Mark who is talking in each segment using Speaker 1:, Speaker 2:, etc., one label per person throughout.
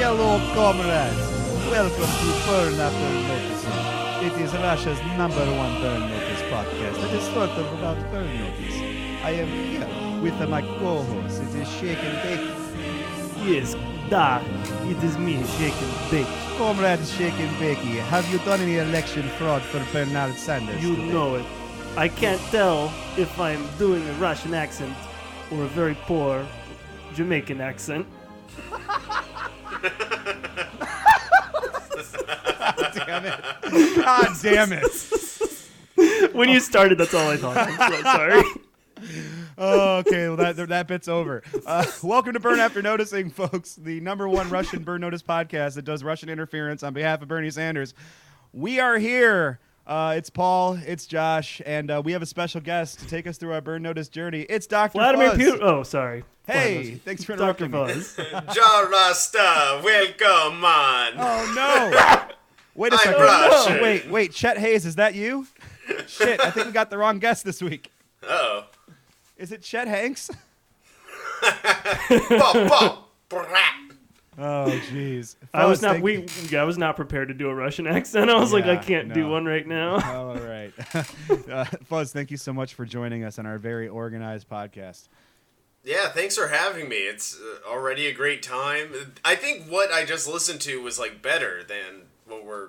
Speaker 1: Hello, comrades! Welcome to Burn After Noticing. It is Russia's number one Burn Notice podcast. It is sort of about Burn Notice. I am here with my co-host. It is Shake and Bake.
Speaker 2: Yes, da, it is me, shaking dick.
Speaker 1: Comrade Shake and Bakey, have you done any election fraud for Bernard Sanders?
Speaker 2: You
Speaker 1: today?
Speaker 2: know it. I can't tell if I'm doing a Russian accent or a very poor Jamaican accent.
Speaker 1: Damn it. God damn it.
Speaker 2: When you started, that's all I thought. I'm so sorry.
Speaker 1: Oh, okay, well that that bit's over. Uh, welcome to Burn After Noticing, folks, the number one Russian Burn Notice podcast that does Russian interference on behalf of Bernie Sanders. We are here. Uh, it's Paul, it's Josh, and uh, we have a special guest to take us through our Burn Notice journey. It's Doctor
Speaker 2: Vladimir
Speaker 1: Fuzz.
Speaker 2: Putin. Oh, sorry.
Speaker 1: Hey,
Speaker 2: Vladimir-
Speaker 1: thanks for
Speaker 2: Dr.
Speaker 1: interrupting me.
Speaker 2: Fuzz.
Speaker 3: Jarasta, welcome on.
Speaker 1: Oh no! Wait a
Speaker 3: I'm
Speaker 1: second.
Speaker 3: Russian.
Speaker 1: Wait, wait, Chet Hayes, is that you? Shit, I think we got the wrong guest this week.
Speaker 3: Oh.
Speaker 1: Is it Chet Hanks?
Speaker 3: Bop, bop, brat.
Speaker 1: Oh, jeez.
Speaker 2: I was
Speaker 1: Fuzz,
Speaker 2: not.
Speaker 1: thank-
Speaker 2: We. I was not prepared to do a Russian accent. I was like, I
Speaker 1: Yeah,
Speaker 2: can't do
Speaker 1: no.
Speaker 2: one right now.
Speaker 1: All right. uh, Fuzz, thank you so much for joining us on our very organized podcast.
Speaker 3: Yeah, thanks for having me. It's uh, already a great time. I think what I just listened to was like better than what we're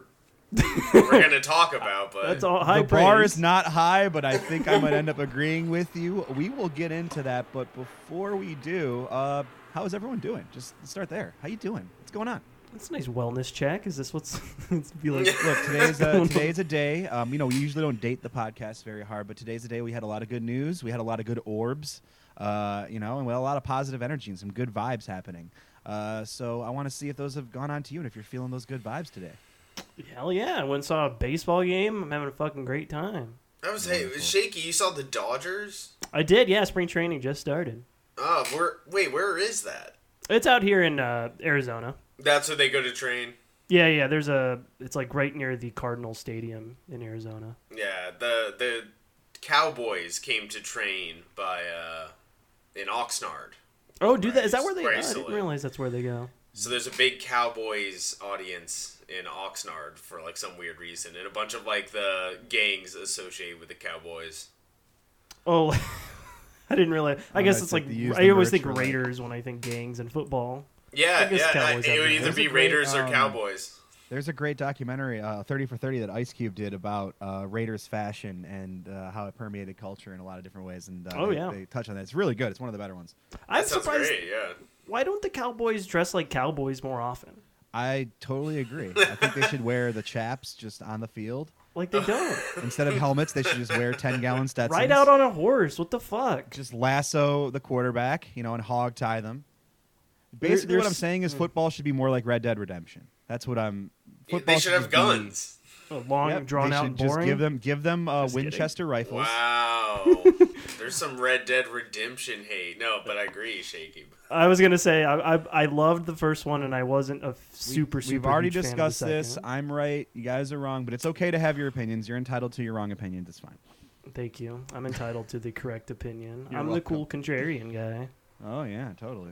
Speaker 3: what we're gonna talk about. But
Speaker 2: That's all high
Speaker 1: the bar
Speaker 2: praise.
Speaker 1: is not high, but I think I might end up agreeing with you. We will get into that, but before we do, uh, how is everyone doing? Just start there. How you doing? What's going on?
Speaker 2: That's a nice wellness check. Is this what's? it's be like.
Speaker 1: Look, today's a, today's a day. Um, you know, we usually don't date the podcast very hard, but today's a day we had a lot of good news. We had a lot of good orbs, uh, you know, and we had a lot of positive energy and some good vibes happening. Uh, so I want to see if those have gone on to you and if you're feeling those good vibes today.
Speaker 2: Hell yeah! I went and saw a baseball game. I'm having a fucking great time.
Speaker 3: I was hey, shaky. You saw the Dodgers?
Speaker 2: I did. Yeah, spring training just started.
Speaker 3: Oh, where? Wait, where is that?
Speaker 2: It's out here in uh, Arizona.
Speaker 3: That's where they go to train.
Speaker 2: Yeah, yeah. There's a. It's like right near the Cardinal Stadium in Arizona.
Speaker 3: Yeah, the the Cowboys came to train by uh in Oxnard.
Speaker 2: Oh, do that? Is that
Speaker 3: Right,
Speaker 2: where they?
Speaker 3: right,
Speaker 2: oh, I didn't
Speaker 3: silly.
Speaker 2: realize that's where they go.
Speaker 3: So there's a big Cowboys audience in Oxnard for like some weird reason, and a bunch of like the gangs associated with the Cowboys.
Speaker 2: Oh, I didn't realize. I
Speaker 1: Oh,
Speaker 2: guess
Speaker 1: it's
Speaker 2: it's
Speaker 1: like
Speaker 2: like
Speaker 1: they use
Speaker 2: I
Speaker 1: the
Speaker 2: always
Speaker 1: merch
Speaker 2: think
Speaker 1: for, like-
Speaker 2: Raiders when I think gangs and football. I
Speaker 3: Yeah,
Speaker 2: guess
Speaker 3: yeah.
Speaker 2: Cowboys
Speaker 3: I-
Speaker 2: have
Speaker 3: it would
Speaker 2: that.
Speaker 3: either
Speaker 1: a
Speaker 2: There's
Speaker 3: be
Speaker 1: great,
Speaker 3: Raiders or
Speaker 1: um,
Speaker 3: Cowboys.
Speaker 1: There's a great documentary, uh, 30 for 30, that Ice Cube did about uh, Raiders fashion and uh, how it permeated culture in a lot of different ways. And uh,
Speaker 2: Oh,
Speaker 1: they,
Speaker 2: yeah.
Speaker 1: they touch on that. It's really good. It's one of the better ones.
Speaker 2: I'm
Speaker 3: that sounds
Speaker 2: surprised.
Speaker 3: great. Yeah.
Speaker 2: Why don't the Cowboys dress like Cowboys more often?
Speaker 1: I totally agree. I think they should wear the chaps just on the field.
Speaker 2: Like they don't.
Speaker 1: Instead of helmets, they should just wear 10 gallon Stetsons.
Speaker 2: Ride out on a horse. What the fuck?
Speaker 1: just lasso the quarterback, you know, and hog tie them.
Speaker 2: There-
Speaker 1: Basically, what
Speaker 2: there's- Hmm.
Speaker 1: I'm saying is football should be more like Red Dead Redemption. That's what I'm.
Speaker 3: Yeah,
Speaker 1: Football
Speaker 3: They should have
Speaker 1: just be-
Speaker 3: guns.
Speaker 2: A long,
Speaker 1: Yep,
Speaker 2: drawn
Speaker 1: they
Speaker 2: out,
Speaker 1: should
Speaker 2: and
Speaker 1: just
Speaker 2: boring.
Speaker 1: give them give them uh,
Speaker 2: Just kidding.
Speaker 1: Winchester rifles.
Speaker 3: Wow. There's some Red Dead Redemption hate. No, but I agree, Shaky.
Speaker 2: I was gonna say I, I I loved the first one and I wasn't a f-
Speaker 1: We-
Speaker 2: super super.
Speaker 1: We've already
Speaker 2: huge fan of the
Speaker 1: discussed this.
Speaker 2: second.
Speaker 1: I'm right. You guys are wrong, but it's okay to have your opinions. You're entitled to your wrong opinions. It's fine.
Speaker 2: Thank you. I'm entitled to the correct opinion.
Speaker 1: You're
Speaker 2: I'm the
Speaker 1: welcome.
Speaker 2: cool contrarian guy.
Speaker 1: Oh yeah, totally.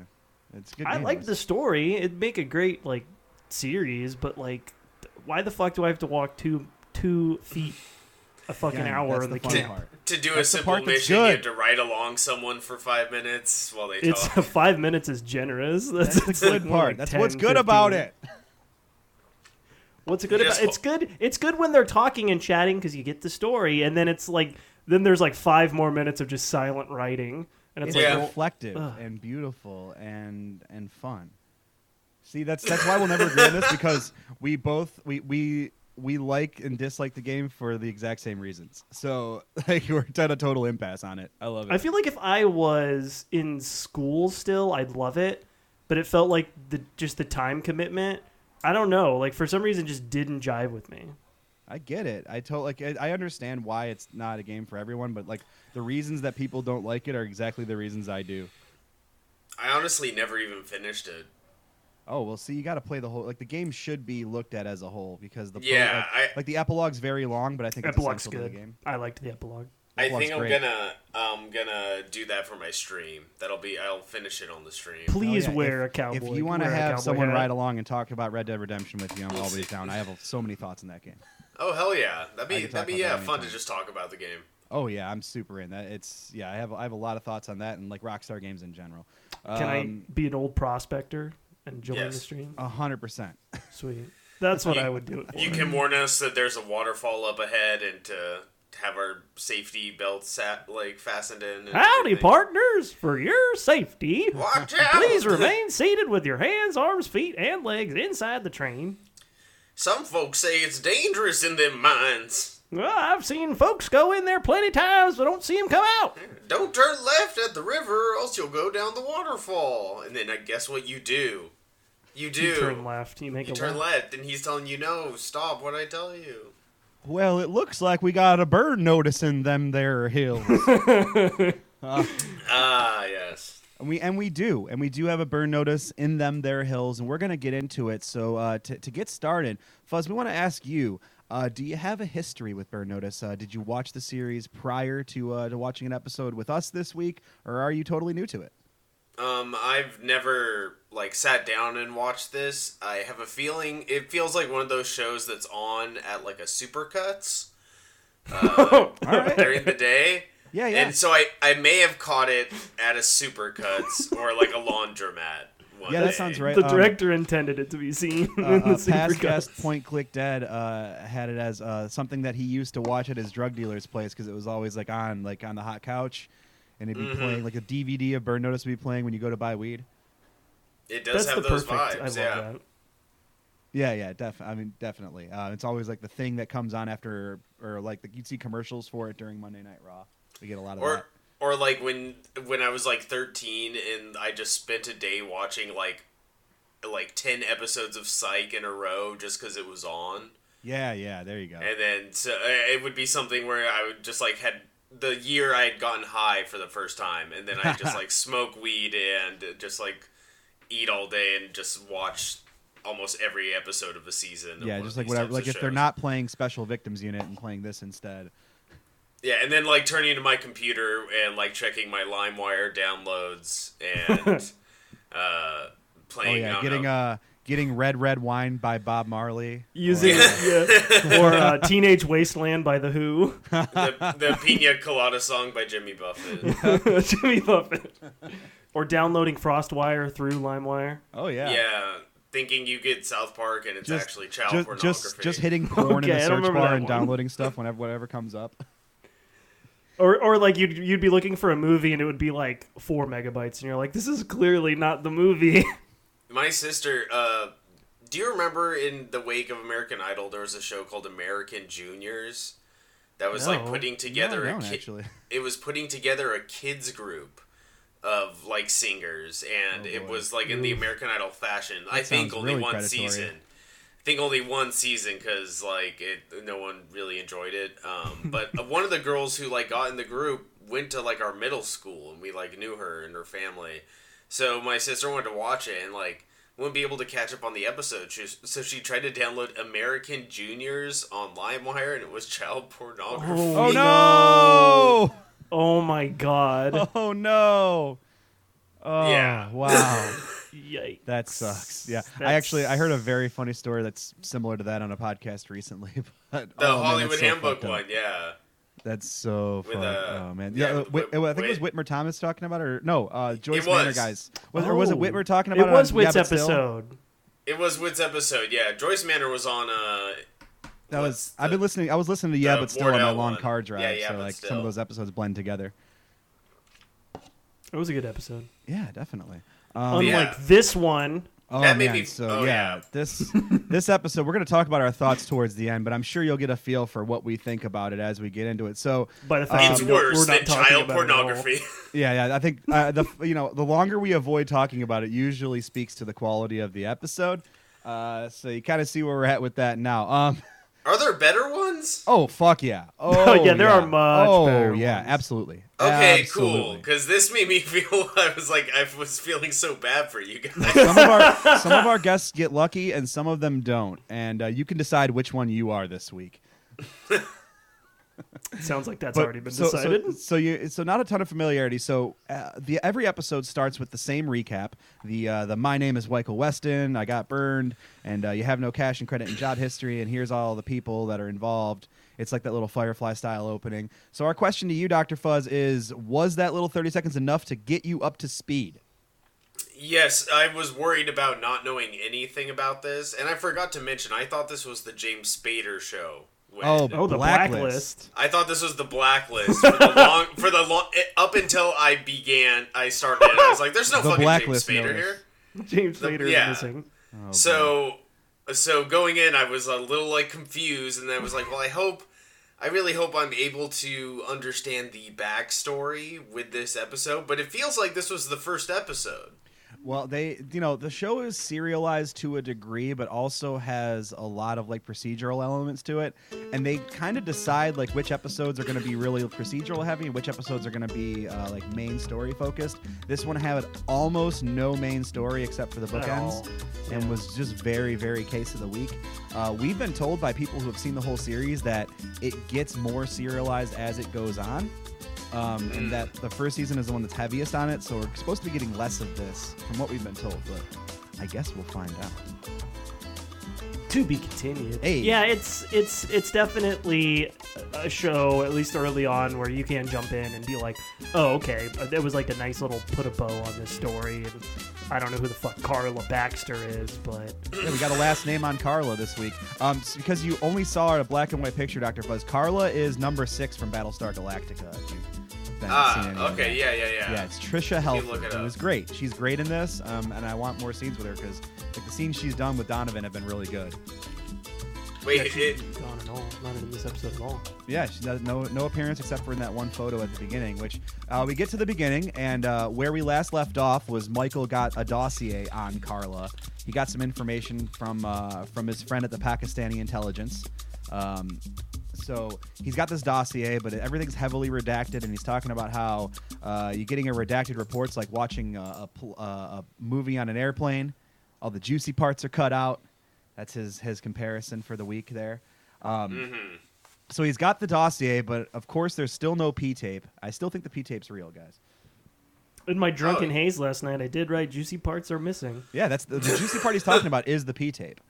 Speaker 1: It's a good.
Speaker 2: I
Speaker 1: game,
Speaker 2: like
Speaker 1: though.
Speaker 2: the story. It'd make a great like series, but like, th- why the fuck do I have to walk two two feet a fucking
Speaker 1: Yeah,
Speaker 2: hour
Speaker 1: that's
Speaker 2: in the,
Speaker 1: the fun
Speaker 2: camp?
Speaker 1: part.
Speaker 3: To do
Speaker 1: That's the
Speaker 3: a simple
Speaker 1: part that's
Speaker 3: mission, you have
Speaker 1: good.
Speaker 3: to ride along someone for five minutes while they
Speaker 2: It's
Speaker 3: talk.
Speaker 2: five minutes is generous. That's,
Speaker 1: That's the
Speaker 2: it's like
Speaker 1: good
Speaker 2: more
Speaker 1: part.
Speaker 2: like
Speaker 1: That's
Speaker 2: 10,
Speaker 1: what's good about
Speaker 2: 15.
Speaker 1: it.
Speaker 2: What's good
Speaker 3: You just
Speaker 2: about it's good. It's good when they're talking and chatting because you get the story, and then it's like then there's like five more minutes of just silent writing, and it's
Speaker 1: It's
Speaker 3: Yeah.
Speaker 2: like well,
Speaker 1: reflective
Speaker 2: Ugh.
Speaker 1: and beautiful and and fun. See, that's that's why we'll never agree on this because we both we we we like and dislike the game for the exact same reasons. So like we're at a total impasse on it. I love it.
Speaker 2: I feel like if I was in school still, I'd love it, but it felt like the just the time commitment. I don't know, like for some reason, just didn't jive with me.
Speaker 1: I get it. I told like I, I understand why it's not a game for everyone, but like the reasons that people don't like it are exactly the reasons I do.
Speaker 3: I honestly never even finished it.
Speaker 1: Oh well, see, you got to play the whole. Like the game should be looked at as a whole because the
Speaker 3: Yeah,
Speaker 1: like,
Speaker 3: I-
Speaker 1: like the epilogue's very long, but I think it's
Speaker 2: Epilogue's
Speaker 1: essential to
Speaker 2: good.
Speaker 1: the game.
Speaker 2: I liked the epilogue.
Speaker 3: I
Speaker 1: Plug's
Speaker 3: think I'm
Speaker 1: great.
Speaker 3: gonna I'm gonna do that for my stream. That'll be I'll finish it on the stream.
Speaker 2: Please
Speaker 1: Oh, yeah.
Speaker 2: wear
Speaker 1: If-
Speaker 2: a cowboy.
Speaker 1: If you want to
Speaker 2: wear a
Speaker 1: have
Speaker 2: cowboy
Speaker 1: someone
Speaker 2: hat.
Speaker 1: ride along and talk about Red Dead Redemption with you, I'm always down. I have so many thoughts in that game.
Speaker 3: Oh hell yeah,
Speaker 1: I
Speaker 3: that'd be
Speaker 1: can talk
Speaker 3: that'd be
Speaker 1: about that
Speaker 3: yeah fun to
Speaker 1: anytime.
Speaker 3: just talk about the game.
Speaker 1: Oh yeah, I'm super in that. It's yeah, I have I have a lot of thoughts on that and like Rockstar games in general.
Speaker 2: Can
Speaker 1: Um,
Speaker 2: I be an old prospector and join the
Speaker 3: Yes.
Speaker 2: stream?
Speaker 1: A hundred percent.
Speaker 2: Sweet. That's what
Speaker 3: You-
Speaker 2: I would do it for.
Speaker 3: You can warn us that there's a waterfall up ahead and to have our safety belts sat, like fastened in. and
Speaker 2: Howdy,
Speaker 3: everything.
Speaker 2: partners, for your safety.
Speaker 3: Watch out!
Speaker 2: Please remain seated with your hands, arms, feet, and legs inside the train.
Speaker 3: Some folks say it's dangerous in them mines.
Speaker 2: Well, I've seen folks go in there plenty times, but don't see them come out.
Speaker 3: Don't turn left at the river, or else you'll go down the waterfall. And then I guess what you do? You do.
Speaker 2: You turn left. You make
Speaker 3: You
Speaker 2: a
Speaker 3: turn
Speaker 2: left.
Speaker 3: left, and he's telling you no. Stop! What I tell you.
Speaker 1: Well, it looks like we got a bird noticing them there hills.
Speaker 3: Ah yes.
Speaker 1: And we and we do, and we do have a burn notice in them there hills, and we're gonna get into it. So uh, to to get started, Fuzz, we want to ask you: uh, Do you have a history with burn notice? Uh, did you watch the series prior to uh, to watching an episode with us this week, or are you totally new to it?
Speaker 3: Um, I've never like sat down and watched this. I have a feeling it feels like one of those shows that's on at like a supercuts
Speaker 1: All right.
Speaker 3: during the day.
Speaker 1: Yeah, yeah.
Speaker 3: And so I, I may have caught it at a supercuts or like a laundromat. One
Speaker 1: Yeah, that
Speaker 3: day.
Speaker 1: sounds right.
Speaker 2: The
Speaker 1: Um,
Speaker 2: director intended it to be seen in
Speaker 1: uh,
Speaker 2: the
Speaker 1: past
Speaker 2: supercut.
Speaker 1: guest Point Click Dead uh, had it as uh, something that he used to watch at his drug dealer's place because it was always like on like on the hot couch, and it'd be
Speaker 3: Mm-hmm.
Speaker 1: playing like a DVD of Burn Notice would be playing when you go to buy weed.
Speaker 3: It
Speaker 2: That's
Speaker 3: does
Speaker 2: the
Speaker 3: have those
Speaker 2: perfect. I
Speaker 3: vibes.
Speaker 2: love
Speaker 3: yeah.
Speaker 2: that.
Speaker 1: Yeah, yeah, def. I mean, definitely. Uh, it's always like the thing that comes on after, or like the, you'd see commercials for it during Monday Night Raw. We get a lot of
Speaker 3: Or
Speaker 1: that.
Speaker 3: or like when when I was like 13 and I just spent a day watching like like 10 episodes of Psych in a row just cuz it was on.
Speaker 1: Yeah, yeah. There you go.
Speaker 3: And then so uh, it would be something where I would just like had the year I had gotten high for the first time, and then I just like smoke weed and just like eat all day and just watch almost every episode of the season. of
Speaker 1: yeah,
Speaker 3: one of
Speaker 1: just like
Speaker 3: these
Speaker 1: whatever.
Speaker 3: types
Speaker 1: Like
Speaker 3: of
Speaker 1: if they're
Speaker 3: shows.
Speaker 1: not playing Special Victims Unit and playing this instead.
Speaker 3: Yeah, and then like turning to my computer and like checking my LimeWire downloads and uh,
Speaker 1: Oh
Speaker 3: playing. I
Speaker 1: yeah,
Speaker 3: don't
Speaker 1: getting
Speaker 3: know.
Speaker 1: uh getting Red Red Wine by Bob Marley.
Speaker 2: Using yeah. or uh, Teenage Wasteland by The Who.
Speaker 3: the, the Pina Colada song by Jimmy Buffett.
Speaker 2: Jimmy Buffett. Or downloading Frostwire through LimeWire.
Speaker 1: Oh
Speaker 3: Yeah. thinking you get South Park and it's
Speaker 1: Just-
Speaker 3: actually child
Speaker 1: just,
Speaker 3: pornography.
Speaker 1: just just hitting porn
Speaker 2: Okay, I
Speaker 1: in the
Speaker 2: don't
Speaker 1: search
Speaker 2: remember
Speaker 1: bar
Speaker 2: that
Speaker 1: and
Speaker 2: one.
Speaker 1: downloading stuff whenever whatever comes up.
Speaker 2: Or, or like you'd you'd be looking for a movie and it would be like four megabytes and you're like this is clearly not the movie.
Speaker 3: My sister, uh, do you remember in the wake of American Idol, there was a show called American Juniors that was like
Speaker 2: No.
Speaker 3: putting together
Speaker 1: no, I
Speaker 3: a
Speaker 1: don't,
Speaker 3: kid.
Speaker 1: actually.
Speaker 3: It was putting together a kids group of like singers, and
Speaker 1: Oh,
Speaker 3: it
Speaker 1: boy.
Speaker 3: was like in the American Idol fashion. I think
Speaker 1: sounds
Speaker 3: only
Speaker 1: really
Speaker 3: one
Speaker 1: predatory.
Speaker 3: season. I think only one season because like it, no one really enjoyed it. Um, but one of the girls who like got in the group went to like our middle school, and we like knew her and her family. So my sister wanted to watch it and like wouldn't be able to catch up on the episode. She was- so she tried to download American Juniors on LimeWire, and it was child pornography.
Speaker 1: Oh
Speaker 2: Oh,
Speaker 1: no!
Speaker 2: Oh my god.
Speaker 1: Oh no! Oh
Speaker 3: Yeah.
Speaker 1: wow.
Speaker 2: Yikes.
Speaker 1: That sucks. Yeah, I
Speaker 2: That's-
Speaker 1: actually I heard a very funny story that's similar to that on a podcast recently. But
Speaker 3: The
Speaker 1: oh, man,
Speaker 3: Hollywood
Speaker 1: that's so
Speaker 3: Handbook
Speaker 1: fucked up.
Speaker 3: one, yeah.
Speaker 1: That's so
Speaker 3: With,
Speaker 1: fun.
Speaker 3: uh,
Speaker 1: oh man,
Speaker 3: yeah,
Speaker 1: yeah. uh,
Speaker 3: with
Speaker 1: Whit- I think it was
Speaker 3: Whit.
Speaker 1: Whitmer Thomas talking about, it, or no, uh, Joyce
Speaker 3: It was.
Speaker 1: Manor guys. Was, Or was it
Speaker 2: Oh.
Speaker 1: Whitmer talking about?
Speaker 2: It was
Speaker 1: on
Speaker 2: Wits
Speaker 1: Yeah, But Still?
Speaker 2: episode.
Speaker 3: It was Wit's episode, yeah. Joyce Manor was on uh
Speaker 1: That was.
Speaker 3: What's
Speaker 1: I've been
Speaker 3: the-
Speaker 1: listening. I was listening to Yeah,
Speaker 3: the
Speaker 1: but still on my
Speaker 3: Wardell
Speaker 1: long
Speaker 3: one?
Speaker 1: car
Speaker 3: Yeah,
Speaker 1: drive.
Speaker 3: Yeah,
Speaker 1: so
Speaker 3: But
Speaker 1: like some
Speaker 3: Still.
Speaker 1: of those episodes blend together.
Speaker 2: It was a good episode.
Speaker 1: Yeah, definitely. Um,
Speaker 2: Unlike
Speaker 3: yeah.
Speaker 2: this one.
Speaker 1: Oh
Speaker 3: That may
Speaker 1: man,
Speaker 3: be-
Speaker 1: so
Speaker 3: oh,
Speaker 1: yeah,
Speaker 3: yeah.
Speaker 1: this this episode we're going to talk about our thoughts towards the end, but I'm sure you'll get a feel for what we think about it as we get into it. So
Speaker 2: By the fact
Speaker 3: it's
Speaker 2: that we don't- um,
Speaker 3: worse
Speaker 2: we're not
Speaker 3: than
Speaker 2: talking
Speaker 3: child
Speaker 2: about it at all.
Speaker 3: pornography.
Speaker 1: yeah, yeah, I think uh, the you know the longer we avoid talking about it, usually speaks to the quality of the episode. Uh, so you kind of see where we're at with that now. Um,
Speaker 3: Are there better ones?
Speaker 1: oh fuck yeah! Oh
Speaker 2: yeah, there are much
Speaker 1: Oh
Speaker 2: better
Speaker 1: yeah,
Speaker 2: ones.
Speaker 1: absolutely.
Speaker 3: Okay, cool.
Speaker 1: absolutely.
Speaker 3: Because this made me feel I was like I was feeling so bad for you guys.
Speaker 1: Some of our some of our guests get lucky, and some of them don't, and uh, you can decide which one you are this week.
Speaker 2: It sounds like that's
Speaker 1: But
Speaker 2: already been
Speaker 1: so, so-
Speaker 2: decided.
Speaker 1: So, you so not a ton of familiarity. So uh, the every episode starts with the same recap. The uh, the my name is Michael Weston. I got burned, and uh, you have no cash and credit and job history. And here's all the people that are involved. It's like that little Firefly style opening. So our question to you, Doctor Fuzz, is: Was that little thirty seconds enough to get you up to speed?
Speaker 3: Yes, I was worried about not knowing anything about this, and I forgot to mention I thought this was the James Spader show. when-
Speaker 2: oh, the blacklist.
Speaker 3: I thought this was the blacklist for the long for the long up until I began. I started. And I was like, "There's no
Speaker 1: The
Speaker 3: fucking
Speaker 1: Blacklist
Speaker 3: James Spader
Speaker 1: notice.
Speaker 3: here."
Speaker 2: James
Speaker 3: the-
Speaker 2: Spader
Speaker 3: yeah.
Speaker 2: is missing.
Speaker 1: Oh, boy.
Speaker 3: so, so going in, I was a little like confused, and then I was like, "Well, I hope, I really hope I'm able to understand the backstory with this episode." But it feels like this was the first episode.
Speaker 1: Well, they, you know, the show is serialized to a degree, but also has a lot of like procedural elements to it. And they kind of decide like which episodes are going to be really procedural heavy and which episodes are going to be uh, like main story focused. This one had almost no main story except for the
Speaker 2: At all.
Speaker 1: bookends and was just very, very case of the week. Uh, we've been told by people who have seen the whole series that it gets more serialized as it goes on. Um,
Speaker 3: Mm.
Speaker 1: and that the first season is the one that's heaviest on it, so we're supposed to be getting less of this from what we've been told, but I guess we'll find out.
Speaker 2: to be continued.
Speaker 1: Hey.
Speaker 2: Yeah, it's it's it's definitely a show at least early on where you can jump in and be like, "Oh, okay, it was like a nice little put a bow on this story." And I don't know who the fuck Carla Baxter is, but
Speaker 1: Yeah, we got a last name on Carla this week. Um, s- because you only saw her in a black and white picture, Dr. Buzz. Carla is number six from Battlestar Galactica. If you've been seen any
Speaker 3: Ah,
Speaker 1: of
Speaker 3: okay,
Speaker 1: that.
Speaker 3: yeah, yeah, yeah.
Speaker 1: Yeah, it's Trisha
Speaker 3: You
Speaker 1: Helfer.
Speaker 3: look it
Speaker 1: It
Speaker 3: up.
Speaker 1: was great. She's great in this, um, and I want more scenes with her because like, the scenes she's done with Donovan have been really good.
Speaker 3: Wait,
Speaker 2: actually,
Speaker 3: it,
Speaker 2: gone at all. Not in this episode at all.
Speaker 1: Yeah, she does no no appearance except for in that one photo at the beginning, which uh, we get to the beginning and uh, where we last left off was Michael got a dossier on Carla. He got some information from uh, from his friend at the Pakistani intelligence. Um, so he's got this dossier, but everything's heavily redacted, and he's talking about how uh, you're getting a redacted report's like watching a, a, pl- uh, a movie on an airplane. All the juicy parts are cut out. That's his his comparison for the week there. Um, so he's got the dossier, but of course there's still no P tape. I still think the P tape's real, guys.
Speaker 2: In my drunken
Speaker 3: Oh.
Speaker 2: haze last night, I did write juicy parts are missing.
Speaker 1: Yeah, that's the, the juicy part he's talking about is the P tape.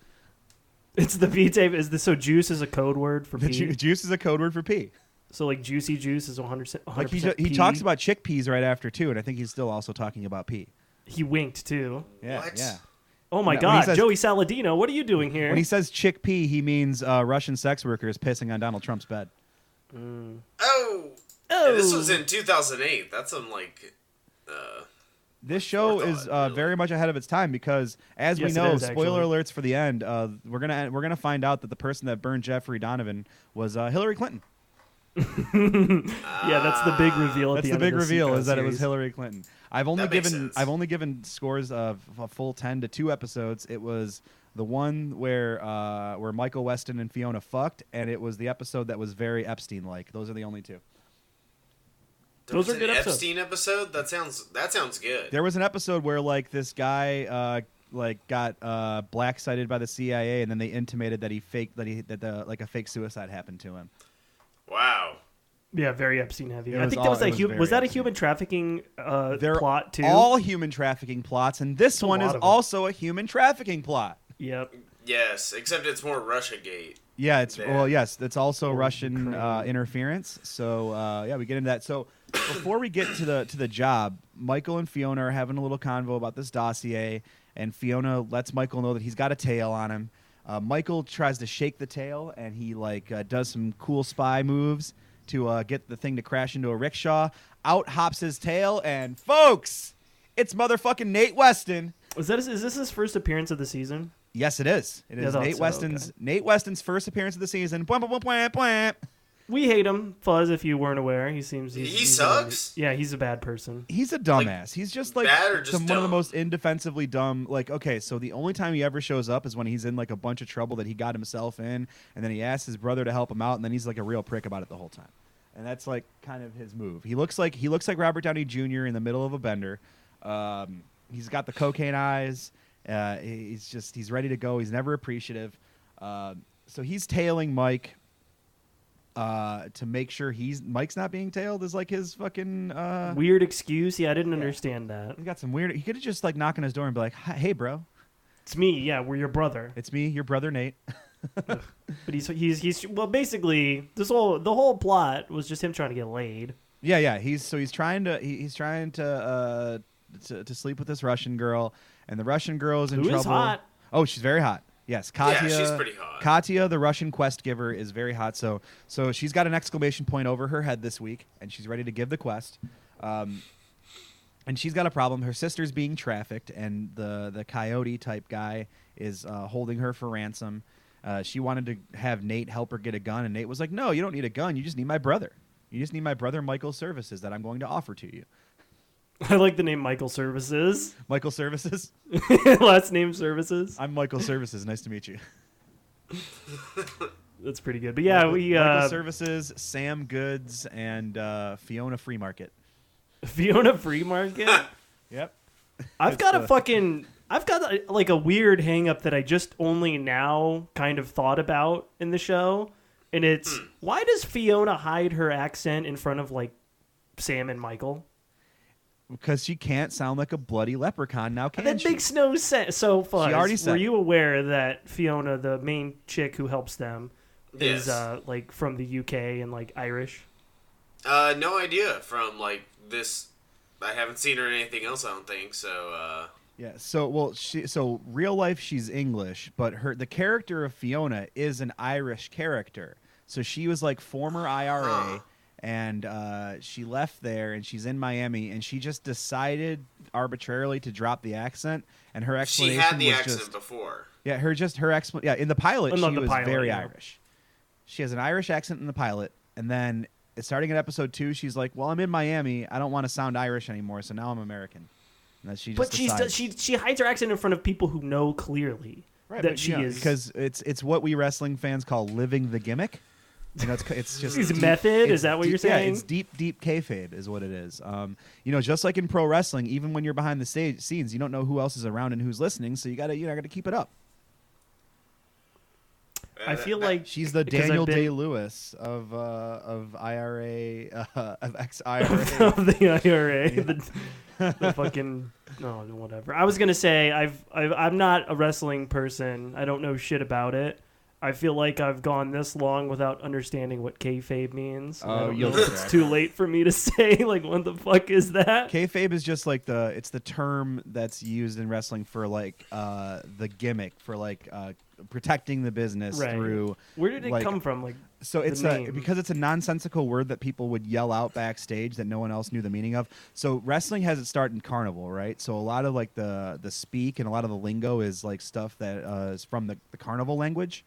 Speaker 2: It's the P tape. Is this so? Juice is a code word for
Speaker 1: The
Speaker 2: P.
Speaker 1: ju- juice is a code word for P.
Speaker 2: so like juicy juice is 100.
Speaker 1: Like he, he talks about chickpeas right after too, and I think he's still also talking about P.
Speaker 2: He winked too.
Speaker 1: Yeah,
Speaker 3: What?
Speaker 1: yeah.
Speaker 2: Oh my
Speaker 1: No, when he
Speaker 2: God,
Speaker 1: says-
Speaker 2: Joey Saladino, what are you doing here?
Speaker 1: When he says chickpea, he means uh, Russian sex workers pissing on Donald Trump's bed.
Speaker 3: oh,
Speaker 2: Oh.
Speaker 3: Yeah, this was in 2008. That's some like, uh,
Speaker 1: This show is
Speaker 3: Forethought,
Speaker 1: uh,
Speaker 3: really.
Speaker 1: very much ahead of its time because, as
Speaker 2: Yes, it
Speaker 1: we know,
Speaker 2: is,
Speaker 1: spoiler
Speaker 2: actually.
Speaker 1: alerts for the end. Uh, we're gonna we're gonna find out that the person that burned Jeffrey Donovan was uh, Hillary Clinton.
Speaker 2: Yeah, that's the big reveal. At
Speaker 1: That's
Speaker 2: the,
Speaker 1: the,
Speaker 2: end
Speaker 1: big
Speaker 2: of this
Speaker 1: reveal
Speaker 2: Seacoast
Speaker 1: is that it was
Speaker 2: series.
Speaker 1: Hillary Clinton. I've only
Speaker 3: That makes
Speaker 1: given
Speaker 3: sense.
Speaker 1: I've only given scores of a full ten to two episodes. It was the one where uh, where Michael Weston and Fiona fucked, and it was the episode that was very Epstein like. Those are the only two.
Speaker 3: there
Speaker 2: Those
Speaker 3: was
Speaker 2: are good
Speaker 3: an
Speaker 2: episodes.
Speaker 3: Epstein episode. That sounds that sounds good.
Speaker 1: There was an episode where like this guy uh, like got uh, black sighted by the CIA, and then they intimated that he faked that he that the like a fake suicide happened to him.
Speaker 3: Wow.
Speaker 2: Yeah, very Epstein heavy.
Speaker 1: It
Speaker 2: I
Speaker 1: was
Speaker 2: think
Speaker 1: all-
Speaker 2: that was a
Speaker 1: it was
Speaker 2: human.
Speaker 1: very
Speaker 2: Was that a
Speaker 1: Epstein.
Speaker 2: human trafficking uh,
Speaker 1: They're
Speaker 2: plot too?
Speaker 1: all human trafficking plots, and this
Speaker 2: a
Speaker 1: one
Speaker 2: lot
Speaker 1: is
Speaker 2: of 'em.
Speaker 1: also a human trafficking plot.
Speaker 2: Yep.
Speaker 3: Yes, except it's more Russia Gate.
Speaker 1: Yeah, it's
Speaker 3: there.
Speaker 1: well, yes, it's also Russian
Speaker 2: Ukraine.
Speaker 1: uh, interference. So uh, yeah, we get into that. So before we get to the to the job, Michael and Fiona are having a little convo about this dossier, and Fiona lets Michael know that he's got a tail on him. Uh, Michael tries to shake the tail, and he like uh, does some cool spy moves to uh, get the thing to crash into a rickshaw. Out hops his tail, and folks, it's motherfucking Nate Weston.
Speaker 2: Was that is this his first appearance of the season?
Speaker 1: Yes, it is. It
Speaker 2: Yeah,
Speaker 1: is
Speaker 2: I thought
Speaker 1: Nate
Speaker 2: so,
Speaker 1: Weston's Nate Weston's first appearance of the season. Bwah, bwah, bwah, bwah, bwah.
Speaker 2: We hate him, Fuzz. If you weren't aware, he seems he's,
Speaker 3: He
Speaker 2: he's a-
Speaker 3: sucks?
Speaker 2: yeah, he's a bad person.
Speaker 1: He's a dumbass. he's just like
Speaker 3: bad or just
Speaker 1: the- one of the
Speaker 3: dumb?
Speaker 1: most indefensively dumb. Like, okay, so the only time he ever shows up is when he's in like a bunch of trouble that he got himself in, and then he asks his brother to help him out, and then he's like a real prick about it the whole time. And that's like kind of his move. He looks like he looks like Robert Downey Jr. in the middle of a bender. Um, he's got the cocaine eyes. Uh, he- he's just he's ready to go. He's never appreciative. Um so he's tailing Mike uh, to make sure he's Mike's not being tailed is like his fucking. Uh,
Speaker 2: Weird excuse. Yeah, I didn't understand that.
Speaker 1: he got some weird. He could have just like knocked on his door and be like, "Hi- "Hey, bro,
Speaker 2: It's me. Yeah, we're your brother.
Speaker 1: it's me, your brother Nate."
Speaker 2: But he's he's he's well, basically this whole the whole plot was just him trying to get laid.
Speaker 1: Yeah, yeah. He's so he's trying to he, he's trying to, uh, to to sleep with this Russian girl, and the Russian girl is in
Speaker 2: Who is
Speaker 1: trouble.
Speaker 2: hot.
Speaker 1: Oh, she's very hot. Yes, Katya.
Speaker 3: she's pretty hot.
Speaker 1: Katya, the Russian quest giver, is very hot. So so she's got an exclamation point over her head this week, and she's ready to give the quest. Um, and she's got a problem. Her sister's being trafficked, and the the coyote type guy is uh, holding her for ransom. Uh, she wanted to have Nate help her get a gun, and Nate was like, "No, you don't need a gun. You just need my brother. You just need my brother Michael's services that I'm going to offer to you.
Speaker 2: I like the name Michael Services.
Speaker 1: Michael Services.
Speaker 2: Last name Services.
Speaker 1: I'm Michael Services. Nice to meet you.
Speaker 2: That's pretty good. But yeah,
Speaker 1: Michael-
Speaker 2: we
Speaker 1: Michael
Speaker 2: uh,
Speaker 1: Services, Sam Goods, and uh, Fiona Free Market.
Speaker 2: Fiona Free Market.
Speaker 1: Yep.
Speaker 2: I've
Speaker 1: It's uh,
Speaker 2: got a
Speaker 1: the-
Speaker 2: fucking I've got a, like a weird hang up that I just only now kind of thought about in the show and it's
Speaker 1: Hmm.
Speaker 2: why does Fiona hide her accent in front of like Sam and Michael?
Speaker 1: Because she can't sound like a bloody leprechaun now, can
Speaker 2: that
Speaker 1: she?
Speaker 2: makes no sense. So far,
Speaker 1: already
Speaker 2: were
Speaker 1: said
Speaker 2: you aware that Fiona, the main chick who helps them, is
Speaker 3: Yes.
Speaker 2: uh, like from the UK and like Irish?
Speaker 3: Uh, no idea from like this. I haven't seen her in anything else. I don't think so. Uh,
Speaker 1: Yeah. So well, she so real life she's English, but her the character of Fiona is an Irish character. So she was like former
Speaker 3: Huh.
Speaker 1: IRA, and uh, she left there, and she's in Miami, and she just decided arbitrarily to drop the accent, and her
Speaker 3: she
Speaker 1: explanation
Speaker 3: had the
Speaker 1: was
Speaker 3: accent
Speaker 1: just
Speaker 3: before.
Speaker 1: yeah, her just her expl yeah in the pilot
Speaker 2: I
Speaker 1: she
Speaker 2: love Oh, the
Speaker 1: was
Speaker 2: pilot,
Speaker 1: very
Speaker 2: yeah.
Speaker 1: Irish. She has an Irish accent in the pilot, and then starting at episode two, she's like, "Well, I'm in Miami. I don't want to sound Irish anymore, so now I'm American." And then she just
Speaker 2: But she's
Speaker 1: decides.
Speaker 2: she she hides her accent in front of people who know clearly
Speaker 1: Right,
Speaker 2: that
Speaker 1: but,
Speaker 2: she
Speaker 1: you know,
Speaker 2: is
Speaker 1: because it's it's what we wrestling fans call living the gimmick. You know, it's it's just
Speaker 2: She's method,
Speaker 1: it's
Speaker 2: is that what
Speaker 1: deep-
Speaker 2: you're saying?
Speaker 1: Yeah, it's deep, deep kayfabe is what it is. Um, you know, just like in pro wrestling, even when you're behind the stage scenes, you don't know who else is around and who's listening, so you gotta you know gotta keep it up.
Speaker 3: Uh,
Speaker 2: I feel like
Speaker 1: She's the
Speaker 2: Because I've
Speaker 1: Daniel
Speaker 2: been-
Speaker 1: Day Lewis of uh, of IRA uh, of ex IRA.
Speaker 2: of the IRA. The, the fucking no, whatever. I was gonna say I've, I've I'm not a wrestling person. I don't know shit about it. I feel like I've gone this long without understanding what kayfabe means. and I
Speaker 1: Oh,
Speaker 2: don't
Speaker 1: you'll
Speaker 2: know
Speaker 1: get
Speaker 2: if it's
Speaker 1: there.
Speaker 2: too late for me to say like what the fuck is that?
Speaker 1: Kayfabe is just like the it's the term that's used in wrestling for like uh, the gimmick for like uh, protecting the business
Speaker 2: Right.
Speaker 1: through
Speaker 2: Where did it
Speaker 1: like,
Speaker 2: come from? Like
Speaker 1: So it's
Speaker 2: the
Speaker 1: a,
Speaker 2: name.
Speaker 1: because it's a nonsensical word that people would yell out backstage that no one else knew the meaning of. So wrestling has its start in carnival, right? So a lot of like the the speak and a lot of the lingo is like stuff that uh, is from the, the carnival language,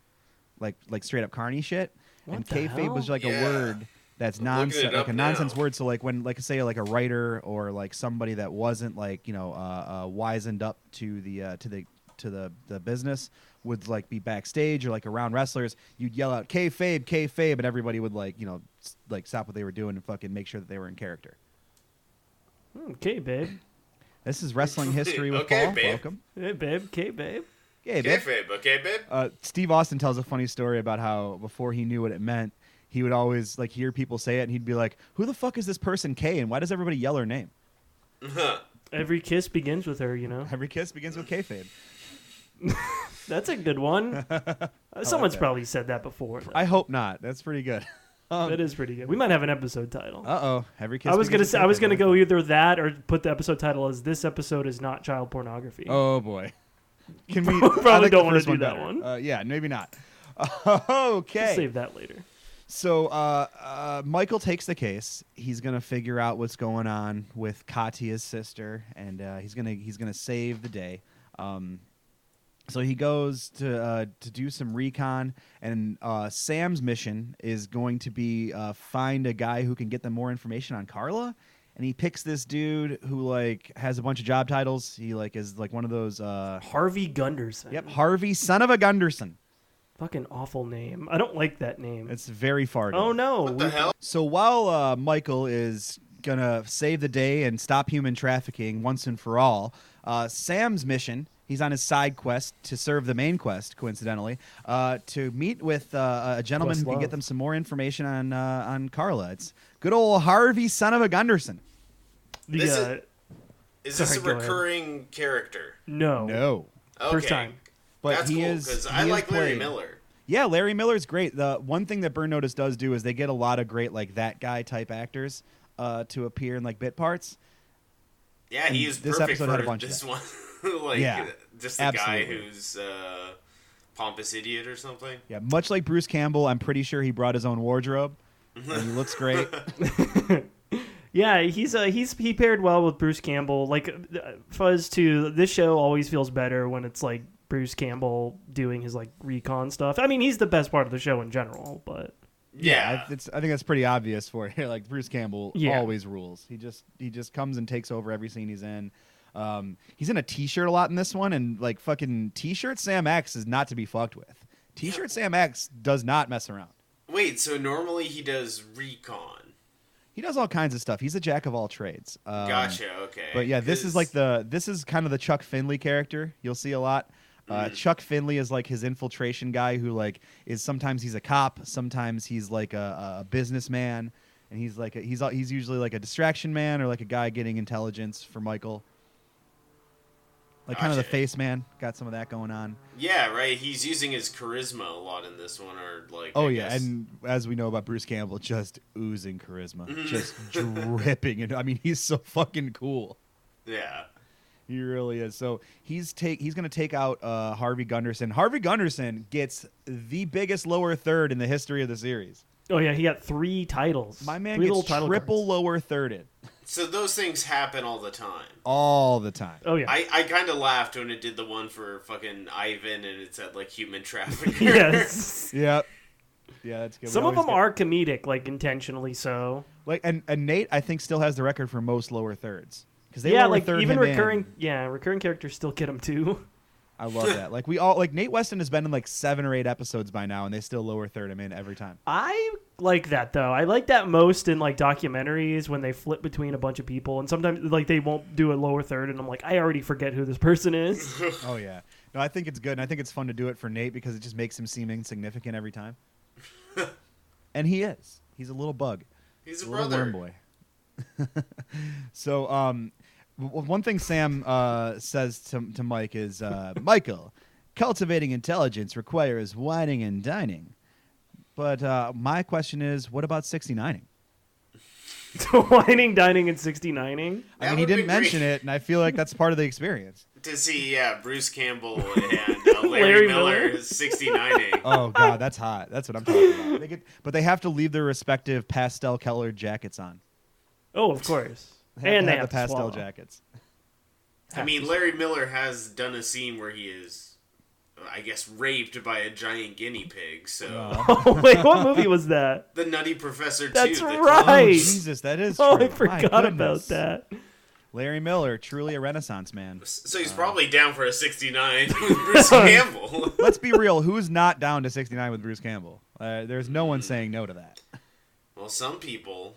Speaker 1: like like straight up carny shit.
Speaker 2: What
Speaker 1: and
Speaker 2: the
Speaker 1: kayfabe
Speaker 2: hell?
Speaker 1: was like a
Speaker 3: Yeah.
Speaker 1: word that's
Speaker 3: I'm looking
Speaker 1: nonsense,
Speaker 3: it
Speaker 1: like
Speaker 3: up
Speaker 1: a nonsense
Speaker 3: now.
Speaker 1: word. So like when like say like a writer or like somebody that wasn't like you know uh, uh, wizened up to the uh, to the to the the business would like be backstage or like around wrestlers, you'd yell out kayfabe, kayfabe, and everybody would like you know s- like stop what they were doing and fucking make sure that they were in character.
Speaker 2: hmm, okay, babe.
Speaker 1: This is wrestling history with
Speaker 3: Okay,
Speaker 1: Paul.
Speaker 3: babe.
Speaker 1: Welcome,
Speaker 2: Hey, babe. Okay, babe.
Speaker 1: hey babe.
Speaker 3: Kayfabe, okay, babe.
Speaker 1: Uh, Steve Austin tells a funny story about how before he knew what it meant, he would always like hear people say it and he'd be like, "Who the fuck is this person K and why does everybody yell her name?"
Speaker 3: Huh.
Speaker 2: Every kiss begins with her, you know.
Speaker 1: Every kiss begins with kayfabe.
Speaker 2: That's a good one. Uh, Someone's
Speaker 1: that.
Speaker 2: probably said that before. though.
Speaker 1: I hope not. That's pretty good. Um,
Speaker 2: that is pretty good. We might have an episode title.
Speaker 1: Uh oh. Every kiss.
Speaker 2: I was
Speaker 1: begins
Speaker 2: gonna
Speaker 1: with
Speaker 2: say, I was
Speaker 1: kayfabe.
Speaker 2: gonna go either that or put the episode title as "This episode is not child pornography."
Speaker 1: Oh boy. Can we?
Speaker 2: Probably
Speaker 1: I like the
Speaker 2: don't wanna
Speaker 1: first
Speaker 2: do that
Speaker 1: better.
Speaker 2: one.
Speaker 1: Uh, yeah, maybe not.
Speaker 2: We'll
Speaker 1: okay.
Speaker 2: save that later.
Speaker 1: So uh, uh, Michael takes the case. He's gonna figure out what's going on with Katya's sister, and uh, he's gonna he's gonna save the day. Um, so he goes to uh, to do some recon, and uh, Sam's mission is going to be uh, find a guy who can get them more information on Carla. And he picks this dude who like has a bunch of job titles. He like is like one of those. Uh,
Speaker 2: Harvey Gunderson.
Speaker 1: yep, Harvey, son of a Gunderson.
Speaker 2: Fucking awful name. I don't like that name.
Speaker 1: It's very far.
Speaker 2: oh no.
Speaker 3: What the
Speaker 2: we-
Speaker 3: hell?
Speaker 1: So while uh, Michael is gonna save the day and stop human trafficking once and for all, uh, Sam's mission He's on his side quest to serve the main quest, coincidentally, uh, to meet with uh, a gentleman who can
Speaker 2: Questlove.
Speaker 1: get them some more information on uh, on Carla. It's good old Harvey, son of a Gunderson.
Speaker 2: The,
Speaker 3: This is-
Speaker 2: uh,
Speaker 3: Is this
Speaker 2: Sorry,
Speaker 3: a
Speaker 2: go ahead.
Speaker 3: recurring character?
Speaker 2: no.
Speaker 3: Okay.
Speaker 2: First time.
Speaker 1: But
Speaker 3: That's
Speaker 1: he
Speaker 3: cool
Speaker 1: is-
Speaker 3: because
Speaker 1: he
Speaker 3: I
Speaker 1: is
Speaker 3: like Larry
Speaker 1: played.
Speaker 3: Miller.
Speaker 1: Yeah, Larry Miller's great. The one thing that Burn Notice does do is they get a lot of great like that guy type actors uh, to appear in like bit parts.
Speaker 3: Yeah, he is
Speaker 1: this
Speaker 3: perfect
Speaker 1: episode
Speaker 3: for
Speaker 1: had a bunch of
Speaker 3: this one. like uh,
Speaker 1: Yeah,
Speaker 3: just the guy
Speaker 1: absolutely.
Speaker 3: who's uh, pompous idiot or something.
Speaker 1: Yeah, much like Bruce Campbell, I'm pretty sure he brought his own wardrobe. and he looks great.
Speaker 2: Yeah, he's uh, he's he paired well with Bruce Campbell. Like uh, Fuzz too. This show always feels better when it's like Bruce Campbell doing his like recon stuff. I mean, he's the best part of the show in general, but
Speaker 3: Yeah.
Speaker 1: I, it's, I think that's pretty obvious for you. Like Bruce Campbell
Speaker 2: Yeah.
Speaker 1: always rules. He just he just comes and takes over every scene he's in. Um, he's in a t-shirt a lot in this one, and like fucking t-shirt Sam X is not to be fucked with. T-shirt Sam X does not mess around.
Speaker 3: Wait, so normally he does recon.
Speaker 1: He does all kinds of stuff. He's a jack of all trades. Um,
Speaker 3: Gotcha. Okay.
Speaker 1: But yeah, this is like
Speaker 3: 'Cause-
Speaker 1: the this is kind of the Chuck Finley character you'll see a lot. Uh, Chuck Finley is like his infiltration guy who like is sometimes he's a cop, sometimes he's like a, a businessman, and he's like a, he's a- he's usually like a distraction man or like a guy getting intelligence for Michael. Like kind of the
Speaker 3: Gotcha.
Speaker 1: face man, got some of that going on.
Speaker 3: Yeah, right. He's using his charisma a lot in this one, or like.
Speaker 1: Oh
Speaker 3: I
Speaker 1: yeah,
Speaker 3: guess-
Speaker 1: and as we know about Bruce Campbell, just oozing charisma, just dripping, and I mean he's so fucking cool.
Speaker 3: yeah.
Speaker 1: He really is. So he's take he's gonna take out uh, Harvey Gunderson. Harvey Gunderson gets the biggest lower third in the history of the series.
Speaker 2: oh yeah, he got three titles.
Speaker 1: My man
Speaker 2: three
Speaker 1: gets
Speaker 2: title
Speaker 1: triple
Speaker 2: cards.
Speaker 1: lower thirded
Speaker 3: So those things happen all the time.
Speaker 1: all the time.
Speaker 2: Oh yeah,
Speaker 3: I, I kind of laughed when it did the one for fucking Ivan, and it said like human trafficker.
Speaker 2: yes.
Speaker 1: Yep. Yeah, that's good. We
Speaker 2: Some of
Speaker 1: always
Speaker 2: them
Speaker 1: get-
Speaker 2: are comedic, like intentionally so.
Speaker 1: like, and, and Nate I think still has the record for most lower thirds because they
Speaker 2: yeah,
Speaker 1: lower
Speaker 2: like
Speaker 1: third
Speaker 2: even
Speaker 1: him in.
Speaker 2: recurring, yeah, recurring characters still get him too.
Speaker 1: I love that. Like we all like Nate Weston has been in like seven or eight episodes by now, and they still lower third him in every time.
Speaker 2: I like that though. I like that most in like documentaries when they flip between a bunch of people and sometimes like they won't do a lower third and I'm like I already forget who this person is.
Speaker 1: Oh yeah. No, I think it's good, and I think it's fun to do it for Nate because it just makes him seem insignificant every time. and he is. He's a little bug.
Speaker 3: He's
Speaker 1: a
Speaker 3: a
Speaker 1: little
Speaker 3: brother.
Speaker 1: worm boy. so, um, w- one thing Sam uh, says to, to Mike is, uh, Michael, cultivating intelligence requires whining and dining. But uh, my question is, what about 69ing?
Speaker 2: so whining, dining, and 69ing.
Speaker 1: I
Speaker 3: That
Speaker 1: mean, he
Speaker 3: would
Speaker 1: didn't
Speaker 3: be great.
Speaker 1: mention it, and I feel like that's part of the experience.
Speaker 3: To see, yeah, Bruce Campbell and uh, Larry,
Speaker 2: Larry
Speaker 3: Miller,
Speaker 2: Miller.
Speaker 3: 69ing.
Speaker 1: Oh god, that's hot. That's what I'm talking about. They get, but they have to leave their respective pastel colored jackets on.
Speaker 2: Oh, of course.
Speaker 1: They have to
Speaker 2: And they
Speaker 1: have
Speaker 2: have
Speaker 1: the pastel
Speaker 2: jack.
Speaker 1: jackets.
Speaker 3: I mean, Larry Miller has done a scene where he is, I guess, raped by a giant guinea pig. So
Speaker 2: oh wait, what movie was that?
Speaker 3: the Nutty Professor.
Speaker 2: That's
Speaker 3: too, the
Speaker 1: Oh,
Speaker 2: right.
Speaker 1: Jesus, that is.
Speaker 2: Oh,
Speaker 1: true. My
Speaker 2: I forgot about
Speaker 1: goodness.
Speaker 2: that.
Speaker 1: Larry Miller, truly a renaissance man.
Speaker 3: So
Speaker 1: Uh.
Speaker 3: he's probably down for a 69 with Bruce Campbell.
Speaker 1: Let's be real. Who's not down to 69 with Bruce Campbell? Uh, there's no one saying no to that.
Speaker 3: well, some people,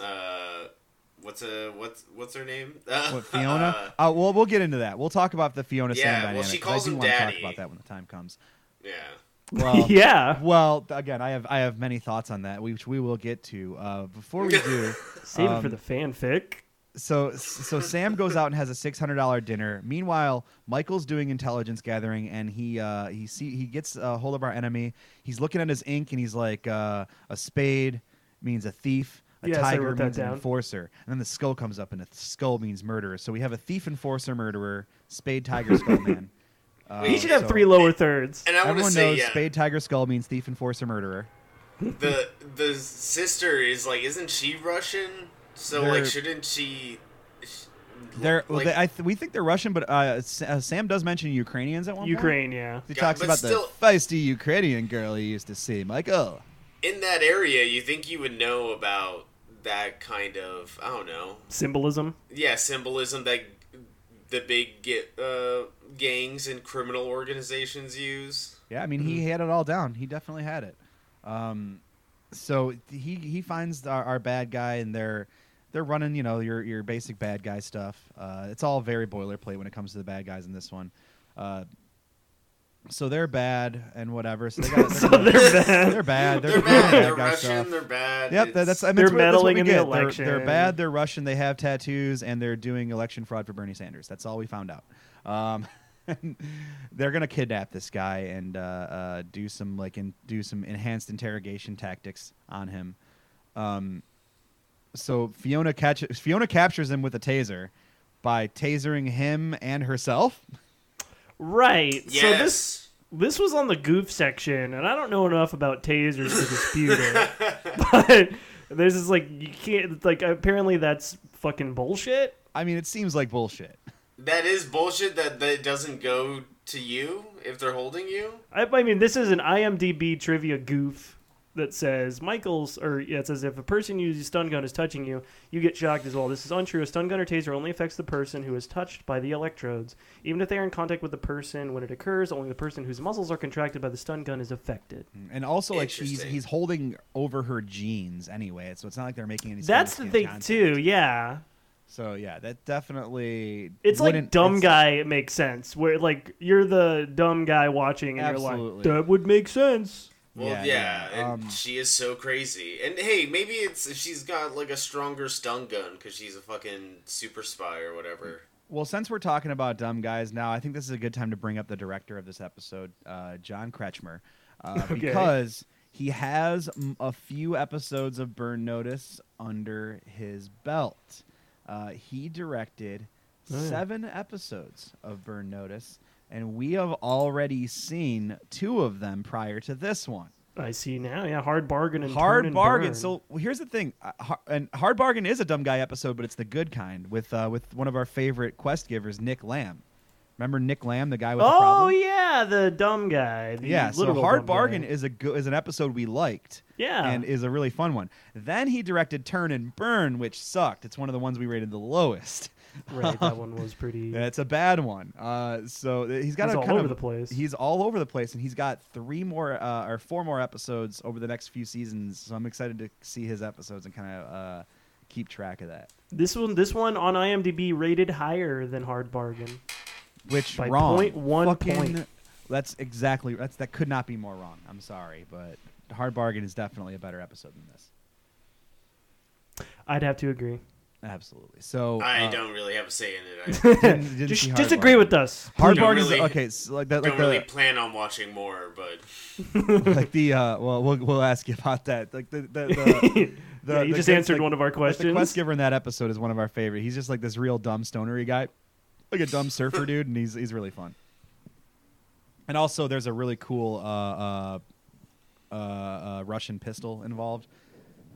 Speaker 3: uh, what's a what's what's her name? Uh,
Speaker 1: What Fiona? Uh, well, we'll get into that. We'll talk about the Fiona Sam
Speaker 3: Yeah, well,
Speaker 1: dynamic.
Speaker 3: she
Speaker 1: 'cause
Speaker 3: calls
Speaker 1: I do
Speaker 3: him
Speaker 1: want to talk
Speaker 3: daddy.
Speaker 1: about that when the time comes.
Speaker 3: yeah.
Speaker 1: Well,
Speaker 2: yeah.
Speaker 1: Well, th- again, I have I have many thoughts on that, which we will get to. Uh, before we do,
Speaker 2: Save it
Speaker 1: um,
Speaker 2: for the fanfic.
Speaker 1: so so Sam goes out and has a six hundred dollar dinner. Meanwhile, Michael's doing intelligence gathering, and he uh, he see he gets a hold of our enemy. He's looking at his ink, and he's like, uh, a spade means a thief. A
Speaker 2: Yes, I
Speaker 1: tiger
Speaker 2: wrote that
Speaker 1: means an
Speaker 2: down.
Speaker 1: enforcer, and then the skull comes up, and the skull means murderer. So we have a thief, enforcer, murderer, spade, tiger, skull man. Uh,
Speaker 2: He should have
Speaker 1: so
Speaker 2: three lower thirds.
Speaker 3: And I want to
Speaker 1: Everyone
Speaker 3: say,
Speaker 1: knows
Speaker 3: yeah,
Speaker 1: spade, tiger, skull means thief, enforcer, murderer.
Speaker 3: the the sister is like, isn't she Russian? So
Speaker 1: They're-
Speaker 3: like, shouldn't she? sh-
Speaker 1: They're well,
Speaker 3: like-
Speaker 1: they, I th- we think they're Russian, but uh, S- uh, Sam does mention Ukrainians at one point.
Speaker 2: Ukraine, yeah.
Speaker 1: He
Speaker 3: Yeah,
Speaker 1: talks
Speaker 3: but
Speaker 1: about
Speaker 3: still-
Speaker 1: the feisty Ukrainian girl he used to see, Michael.
Speaker 3: in that area, you think you would know about that kind of I don't know,
Speaker 2: Symbolism.
Speaker 3: yeah, symbolism that the big get, uh, gangs and criminal organizations use.
Speaker 1: Yeah, I mean
Speaker 3: Mm-hmm.
Speaker 1: he had it all down. He definitely had it. Um, so he he finds our, our bad guy, and they're they're running, you know, your your basic bad guy stuff. Uh, it's all very boilerplate when it comes to the bad guys in this one. Uh, so they're bad and whatever. So, they got, they're,
Speaker 2: So they're bad.
Speaker 1: they're bad. They're,
Speaker 3: They're
Speaker 1: doing
Speaker 3: bad.
Speaker 1: bad
Speaker 3: They're
Speaker 1: guy
Speaker 3: Russian.
Speaker 1: stuff.
Speaker 3: They're bad.
Speaker 1: Yep, that,
Speaker 3: It's-
Speaker 1: that's. I mean,
Speaker 2: They're
Speaker 1: it's what- that's what
Speaker 2: meddling
Speaker 1: we
Speaker 2: in the
Speaker 1: get. They're- They're,
Speaker 2: election.
Speaker 1: bad. They're Russian. They have tattoos, and they're doing election fraud for Bernie Sanders. That's all we found out. Um, they're gonna kidnap this guy and uh, uh, do some like in, do some enhanced interrogation tactics on him. Um, so Fiona catch, Fiona captures him with a taser by tasering him and herself.
Speaker 2: Right. So
Speaker 3: Yes.
Speaker 2: this this was on the goof section, and I don't know enough about tasers to dispute it. but there's this like you can't like apparently that's fucking bullshit.
Speaker 1: I mean, it seems like bullshit.
Speaker 3: that is bullshit. That that it doesn't go to you if they're holding you.
Speaker 2: I, I mean, this is an IMDb trivia goof that says Michael's, or yeah, it says if a person uses stun gun is touching you, you get shocked as well. This is untrue. A stun gun or taser only affects the person who is touched by the electrodes. Even if they are in contact with the person when it occurs, only the person whose muscles are contracted by the stun gun is affected.
Speaker 1: And also, like she's
Speaker 3: Interesting.
Speaker 1: he's holding over her jeans anyway, so it's not like they're making any.
Speaker 2: That's the
Speaker 1: significant
Speaker 2: thing
Speaker 1: contact.
Speaker 2: too. Yeah,
Speaker 1: So yeah, that definitely.
Speaker 2: it's like
Speaker 1: wouldn't-
Speaker 2: dumb
Speaker 1: it's-
Speaker 2: guy. It makes sense. Where like you're the dumb guy watching, and you're
Speaker 1: Absolutely.
Speaker 2: like, that would make sense.
Speaker 3: Well,
Speaker 1: Yeah,
Speaker 3: yeah,
Speaker 1: yeah,
Speaker 3: and
Speaker 1: um,
Speaker 3: she is so crazy. And hey, maybe it's she's got like a stronger stun gun because she's a fucking super spy or whatever.
Speaker 1: Well, since we're talking about dumb guys now, I think this is a good time to bring up the director of this episode, uh, John Kretschmer, uh,
Speaker 2: Okay.
Speaker 1: because he has mm, a few episodes of Burn Notice under his belt. Uh, he directed
Speaker 2: Oh, yeah.
Speaker 1: seven episodes of Burn Notice, and we have already seen two of them prior to this one.
Speaker 2: I see now. Yeah, hard bargain and turn
Speaker 1: Hard
Speaker 2: and
Speaker 1: bargain.
Speaker 2: burn.
Speaker 1: So well, here's the thing, uh, har- and hard bargain is a dumb guy episode, but it's the good kind with uh, with one of our favorite quest givers, Nick Lamb. Remember Nick Lamb, the guy with the
Speaker 2: Oh
Speaker 1: problem?
Speaker 2: yeah, the dumb guy. the
Speaker 1: yeah. So
Speaker 2: literal
Speaker 1: hard
Speaker 2: dumb guy.
Speaker 1: bargain is a go- is an episode we liked.
Speaker 2: Yeah.
Speaker 1: and is a really fun one. Then he directed Turn and Burn, which sucked. It's one of the ones we rated the lowest.
Speaker 2: right. That one was pretty.
Speaker 1: It's a bad one. Uh, so th- he's got
Speaker 2: He's
Speaker 1: a
Speaker 2: all
Speaker 1: kind
Speaker 2: over
Speaker 1: of-
Speaker 2: the place.
Speaker 1: He's all over the place, and he's got three more uh, or four more episodes over the next few seasons. So I'm excited to see his episodes and kind of uh, keep track of that.
Speaker 2: This one, this one on IMDb rated higher than Hard Bargain.
Speaker 1: Which
Speaker 2: By
Speaker 1: wrong?
Speaker 2: 0.1
Speaker 1: Fucking-
Speaker 2: point.
Speaker 1: That's exactly that's that could not be more wrong. I'm sorry, but Hard Bargain is definitely a better episode than this.
Speaker 2: I'd have to agree.
Speaker 1: Absolutely. So
Speaker 3: I
Speaker 1: uh,
Speaker 3: don't really have a say in it. I
Speaker 1: didn't- didn't see
Speaker 2: Just
Speaker 1: Hard
Speaker 2: disagree
Speaker 1: Bargain.
Speaker 2: with us.
Speaker 1: Hard
Speaker 3: Don't
Speaker 1: Bargain
Speaker 3: really-
Speaker 1: is okay. So like that, like
Speaker 3: don't
Speaker 1: the,
Speaker 3: really plan on watching more, but
Speaker 1: like the uh, well, we'll we'll ask you about that. Like the the, the, the
Speaker 2: Yeah, you
Speaker 1: the
Speaker 2: just
Speaker 1: good-
Speaker 2: answered
Speaker 1: like,
Speaker 2: one of our
Speaker 1: like The quest
Speaker 2: questions.
Speaker 1: giver in that episode is one of our favorite. He's just like this real dumb stonery guy, like a dumb surfer dude, and he's he's really fun. And also, there's a really cool uh, uh, uh, uh, Russian pistol involved.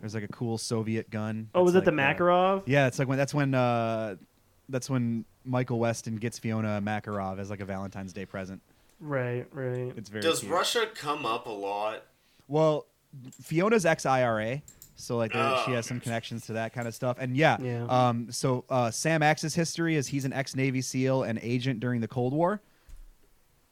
Speaker 1: There's like a cool Soviet gun.
Speaker 2: Oh, was
Speaker 1: It's
Speaker 2: it the
Speaker 1: like, uh,
Speaker 2: Makarov?
Speaker 1: yeah, it's like when that's when uh, that's when Michael Weston gets Fiona Makarov as like a Valentine's Day present.
Speaker 2: Right, right.
Speaker 1: It's very
Speaker 3: does
Speaker 1: cute.
Speaker 3: Russia come up a lot?
Speaker 1: Well, Fiona's ex IRA, so like there-
Speaker 3: Oh,
Speaker 1: she has some
Speaker 2: Ah.
Speaker 1: connections to that kind of stuff. And yeah,
Speaker 2: Yeah.
Speaker 1: um, so uh, Sam Axe's history is he's an ex Navy SEAL and agent during the Cold War.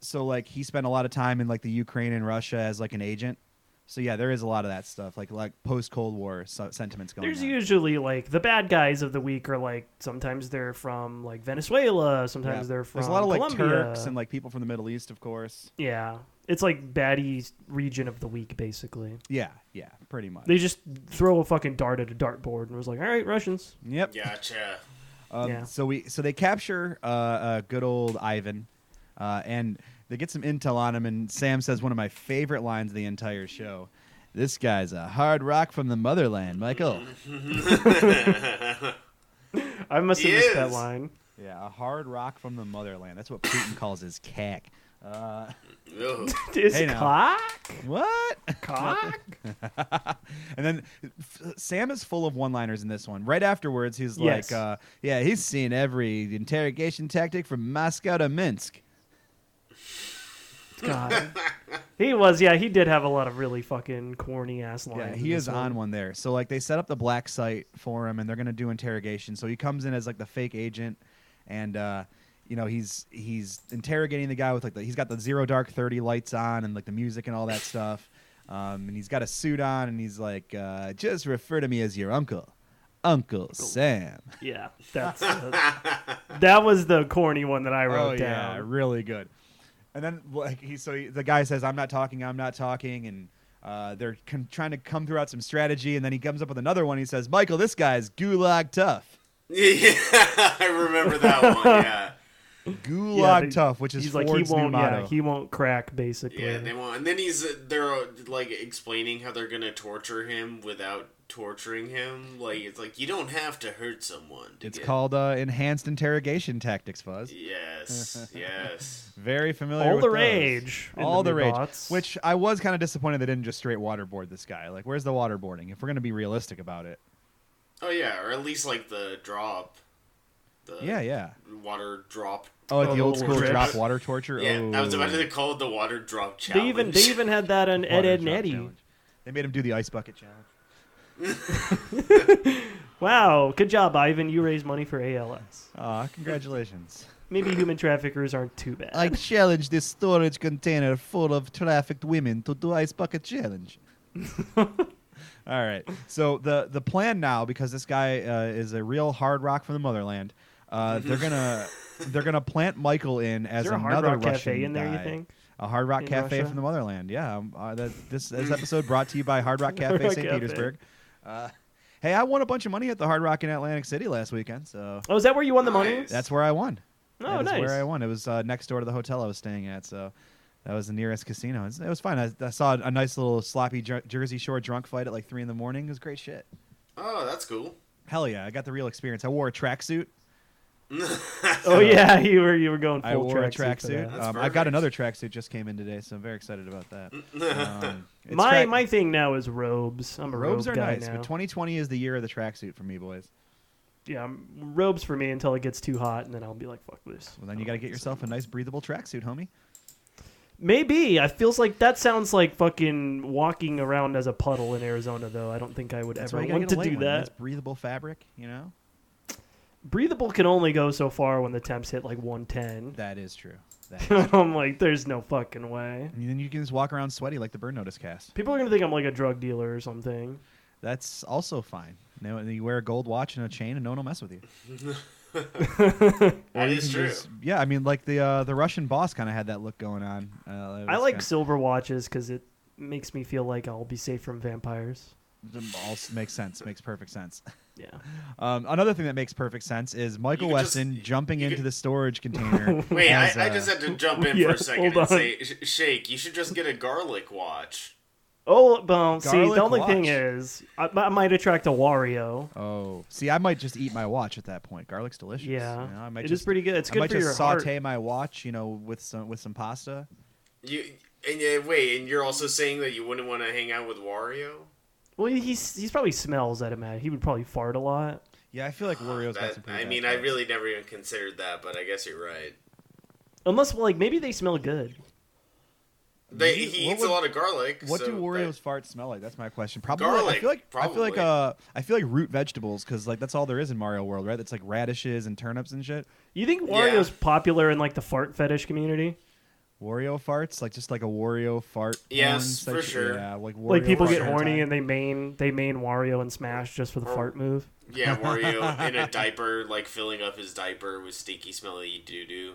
Speaker 1: So like he spent a lot of time in like the Ukraine and Russia as like an agent. So yeah, there is a lot of that stuff, like like post Cold War so- sentiments going.
Speaker 2: There's
Speaker 1: on.
Speaker 2: usually like the bad guys of the week are like sometimes they're from like Venezuela, sometimes
Speaker 1: Yeah.
Speaker 2: they're from
Speaker 1: There's a lot of like
Speaker 2: Colombia.
Speaker 1: Turks and like people from the Middle East, of course.
Speaker 2: yeah. It's like baddie region of the week basically.
Speaker 1: Yeah, yeah, pretty much.
Speaker 2: They just throw a fucking dart at a dartboard and was like, "All right, Russians."
Speaker 1: yep.
Speaker 3: Gotcha.
Speaker 1: Um,
Speaker 2: Yeah.
Speaker 1: So we so they capture uh, uh, good old Ivan, uh, and they get some intel on him. And Sam says one of my favorite lines of the entire show: "This guy's a hard rock from the motherland, Michael."
Speaker 2: I must have
Speaker 3: He
Speaker 2: missed that
Speaker 3: is.
Speaker 2: line.
Speaker 1: yeah, a hard rock from the motherland. That's what Putin calls his cack. Uh,
Speaker 3: Ugh.
Speaker 2: Is
Speaker 1: Hey, now.
Speaker 2: cock?
Speaker 1: what?
Speaker 2: Cock?
Speaker 1: And then f- Sam is full of one-liners in this one. Right afterwards, he's
Speaker 2: Yes.
Speaker 1: like, uh, "Yeah, he's seen every interrogation tactic from Moscow to Minsk."
Speaker 2: God. He was, yeah, he did have a lot of really fucking corny ass lines.
Speaker 1: Yeah,
Speaker 2: in
Speaker 1: he
Speaker 2: this
Speaker 1: is on one there. So like they set up the black site for him, and they're gonna do interrogation. So he comes in as like the fake agent, and uh, you know he's he's interrogating the guy with like the, he's got the zero dark thirty lights on and like the music and all that stuff, um, and he's got a suit on, and he's like, uh, just refer to me as your uncle. Uncle Sam.
Speaker 2: Yeah, that's that was the corny one that I wrote
Speaker 1: Oh yeah,
Speaker 2: down.
Speaker 1: really good. And then like he so he, the guy says, "I'm not talking. I'm not talking," and uh, they're con- trying to come throughout some strategy. And then he comes up with another one. He says, "Michael, this guy's gulag tough.
Speaker 3: Yeah, I remember that one. Yeah,
Speaker 1: Gulag
Speaker 2: Yeah, they-
Speaker 1: tough, which is
Speaker 2: he's
Speaker 1: Ford's
Speaker 2: like he won't,
Speaker 1: new motto.
Speaker 2: yeah, he won't crack basically.
Speaker 3: yeah. They want, and then he's they're uh, like explaining how they're gonna torture him without torturing him. Like it's like you don't have to hurt someone. to
Speaker 1: it's
Speaker 3: get-
Speaker 1: called uh, enhanced interrogation tactics, Fuzz.
Speaker 3: Yes, yes.
Speaker 1: Very familiar.
Speaker 2: all
Speaker 1: with
Speaker 2: the
Speaker 1: those.
Speaker 2: rage, in
Speaker 1: All the,
Speaker 2: new
Speaker 1: rage.
Speaker 2: bots.
Speaker 1: Which I was kind of disappointed they didn't just straight waterboard this guy. Like, where's the waterboarding? If we're gonna be realistic about it.
Speaker 3: Oh yeah, or at least like the drop. The
Speaker 1: Yeah, yeah.
Speaker 3: Water drop.
Speaker 1: Oh, like
Speaker 2: Oh,
Speaker 1: the old
Speaker 2: the
Speaker 1: school
Speaker 2: drip.
Speaker 1: drop water torture.
Speaker 3: Yeah,
Speaker 1: oh.
Speaker 3: I was about to call it the water drop challenge.
Speaker 2: they even they even had that on Ed
Speaker 1: Water
Speaker 2: Ed and
Speaker 1: drop
Speaker 2: Eddie.
Speaker 1: challenge. They made him do the ice bucket challenge.
Speaker 2: Wow, good job, Ivan. You raised money for ALS.
Speaker 1: Ah, congratulations.
Speaker 2: Maybe human traffickers aren't too bad.
Speaker 1: I challenge this storage container full of trafficked women to do ice bucket challenge. All right. So the the plan now, because this guy uh, is a real hard rock from the motherland, uh, they're gonna they're gonna plant Michael in as
Speaker 2: Is there a Hard
Speaker 1: another
Speaker 2: Rock
Speaker 1: Russian
Speaker 2: Cafe in there?
Speaker 1: guy.
Speaker 2: You think?
Speaker 1: A Hard Rock
Speaker 2: in
Speaker 1: Cafe
Speaker 2: Russia?
Speaker 1: from the motherland. Yeah. um, uh, that, this, this episode brought to you by Hard Rock Cafe
Speaker 2: Rock
Speaker 1: St.
Speaker 2: Cafe.
Speaker 1: Petersburg. Uh, hey, I won a bunch of money at the Hard Rock in Atlantic City last weekend, so
Speaker 2: Oh, is that where you won the money?
Speaker 3: Nice.
Speaker 1: that's where I won.
Speaker 2: Oh,
Speaker 1: That is
Speaker 2: nice.
Speaker 1: where I won. It was uh, next door to the hotel I was staying at, so that was the nearest casino. It's- It was fine. I, I saw a nice little sloppy jer- Jersey Shore drunk fight at like three in the morning. It was great shit.
Speaker 3: Oh, that's cool.
Speaker 1: Hell yeah, I got the real experience. I wore a tracksuit.
Speaker 2: Oh yeah, you were you were going full
Speaker 1: I wore a
Speaker 2: tracksuit for
Speaker 1: tracksuit.
Speaker 2: that.
Speaker 3: That's
Speaker 1: Um, I got
Speaker 3: perfect.
Speaker 1: another tracksuit just came in today, so I'm very excited about that. Um, it's
Speaker 2: My
Speaker 1: track-
Speaker 2: my thing now is robes. I'm a
Speaker 1: robes
Speaker 2: robe
Speaker 1: are
Speaker 2: guy
Speaker 1: nice,
Speaker 2: now.
Speaker 1: but 2020 is the year of the tracksuit for me, boys.
Speaker 2: yeah, I'm- robes for me until it gets too hot, and then I'll be like, fuck this.
Speaker 1: Well, then you got to get yourself a nice breathable tracksuit, homie.
Speaker 2: Maybe I feels like that sounds like fucking walking around as a puddle in Arizona, though. I don't think I would
Speaker 1: That's why
Speaker 2: ever
Speaker 1: you gotta
Speaker 2: want
Speaker 1: get a
Speaker 2: to
Speaker 1: light
Speaker 2: do
Speaker 1: one.
Speaker 2: that.
Speaker 1: Nice breathable fabric, you know.
Speaker 2: Breathable can only go so far when the temps hit like 110.
Speaker 1: That is true. That is-
Speaker 2: I'm like, there's no fucking way.
Speaker 1: and then you can just walk around sweaty like the burn notice cast.
Speaker 2: People are gonna think I'm like a drug dealer or something.
Speaker 1: That's also fine. No, you wear a gold watch and a chain, and no one will mess with you.
Speaker 3: That is true.
Speaker 1: Just- yeah, I mean, like the uh, the Russian boss kind of had that look going on. Uh, it
Speaker 2: I
Speaker 1: was
Speaker 2: like
Speaker 1: kinda-
Speaker 2: silver watches because it makes me feel like I'll be safe from vampires.
Speaker 1: all s- makes sense. Makes perfect sense.
Speaker 2: Yeah,
Speaker 1: Um, another thing that makes perfect sense is Michael
Speaker 3: could just-
Speaker 1: Weston jumping
Speaker 3: you
Speaker 1: into
Speaker 3: could-
Speaker 1: the storage container.
Speaker 3: Wait,
Speaker 1: as,
Speaker 3: I, I
Speaker 1: uh,
Speaker 3: just had to jump in for
Speaker 2: yeah,
Speaker 3: a second
Speaker 2: hold
Speaker 3: and
Speaker 2: on.
Speaker 3: say, "Sh- Shake, you should just get a garlic watch.
Speaker 2: Oh, well, see,
Speaker 1: Garlic
Speaker 2: the only thing
Speaker 1: watch.
Speaker 2: is, I, I might attract a Wario.
Speaker 1: Oh, see, I might just eat my watch at that point. Garlic's delicious.
Speaker 2: Yeah,
Speaker 1: you know, I
Speaker 2: it
Speaker 1: might
Speaker 2: is
Speaker 1: just
Speaker 2: pretty good. It's
Speaker 1: I
Speaker 2: good
Speaker 1: might
Speaker 2: for
Speaker 1: just
Speaker 2: your heart.
Speaker 1: saute my watch, you know, with some with some pasta.
Speaker 3: You and yeah, wait, and you're also saying that you wouldn't want to hang out with Wario.
Speaker 2: Well, he's he's probably smells at him. He would probably fart a lot.
Speaker 1: Yeah, I feel like Wario's got
Speaker 3: Ah, That,
Speaker 1: some. pretty
Speaker 3: I
Speaker 1: bad
Speaker 3: mean, I
Speaker 1: farts.
Speaker 3: really never even considered that, but I guess you're right.
Speaker 2: Unless, well, like maybe they smell good.
Speaker 3: They,
Speaker 1: Maybe-
Speaker 3: he
Speaker 1: what
Speaker 3: eats
Speaker 1: would-
Speaker 3: a lot of garlic.
Speaker 1: What
Speaker 3: so
Speaker 1: do
Speaker 3: that-
Speaker 1: Wario's farts smell like? That's my question. Probably. I
Speaker 3: Garlic,
Speaker 1: feel like I feel like
Speaker 3: probably.
Speaker 1: uh I feel like root vegetables because like that's all there is in Mario World, right? That's like radishes and turnips and shit.
Speaker 2: You think Wario's popular in like the fart fetish community?
Speaker 1: Wario farts, like just like a Wario fart. horn
Speaker 3: Yes,
Speaker 1: type
Speaker 3: for
Speaker 1: shit.
Speaker 3: sure.
Speaker 1: Yeah, like Wario
Speaker 2: like people
Speaker 1: fart
Speaker 2: get
Speaker 1: all the
Speaker 2: horny
Speaker 1: time.
Speaker 2: and they main they main Wario and Smash just for the fart move.
Speaker 3: Yeah, Wario in a diaper, like filling up his diaper with stinky, smelly doo doo.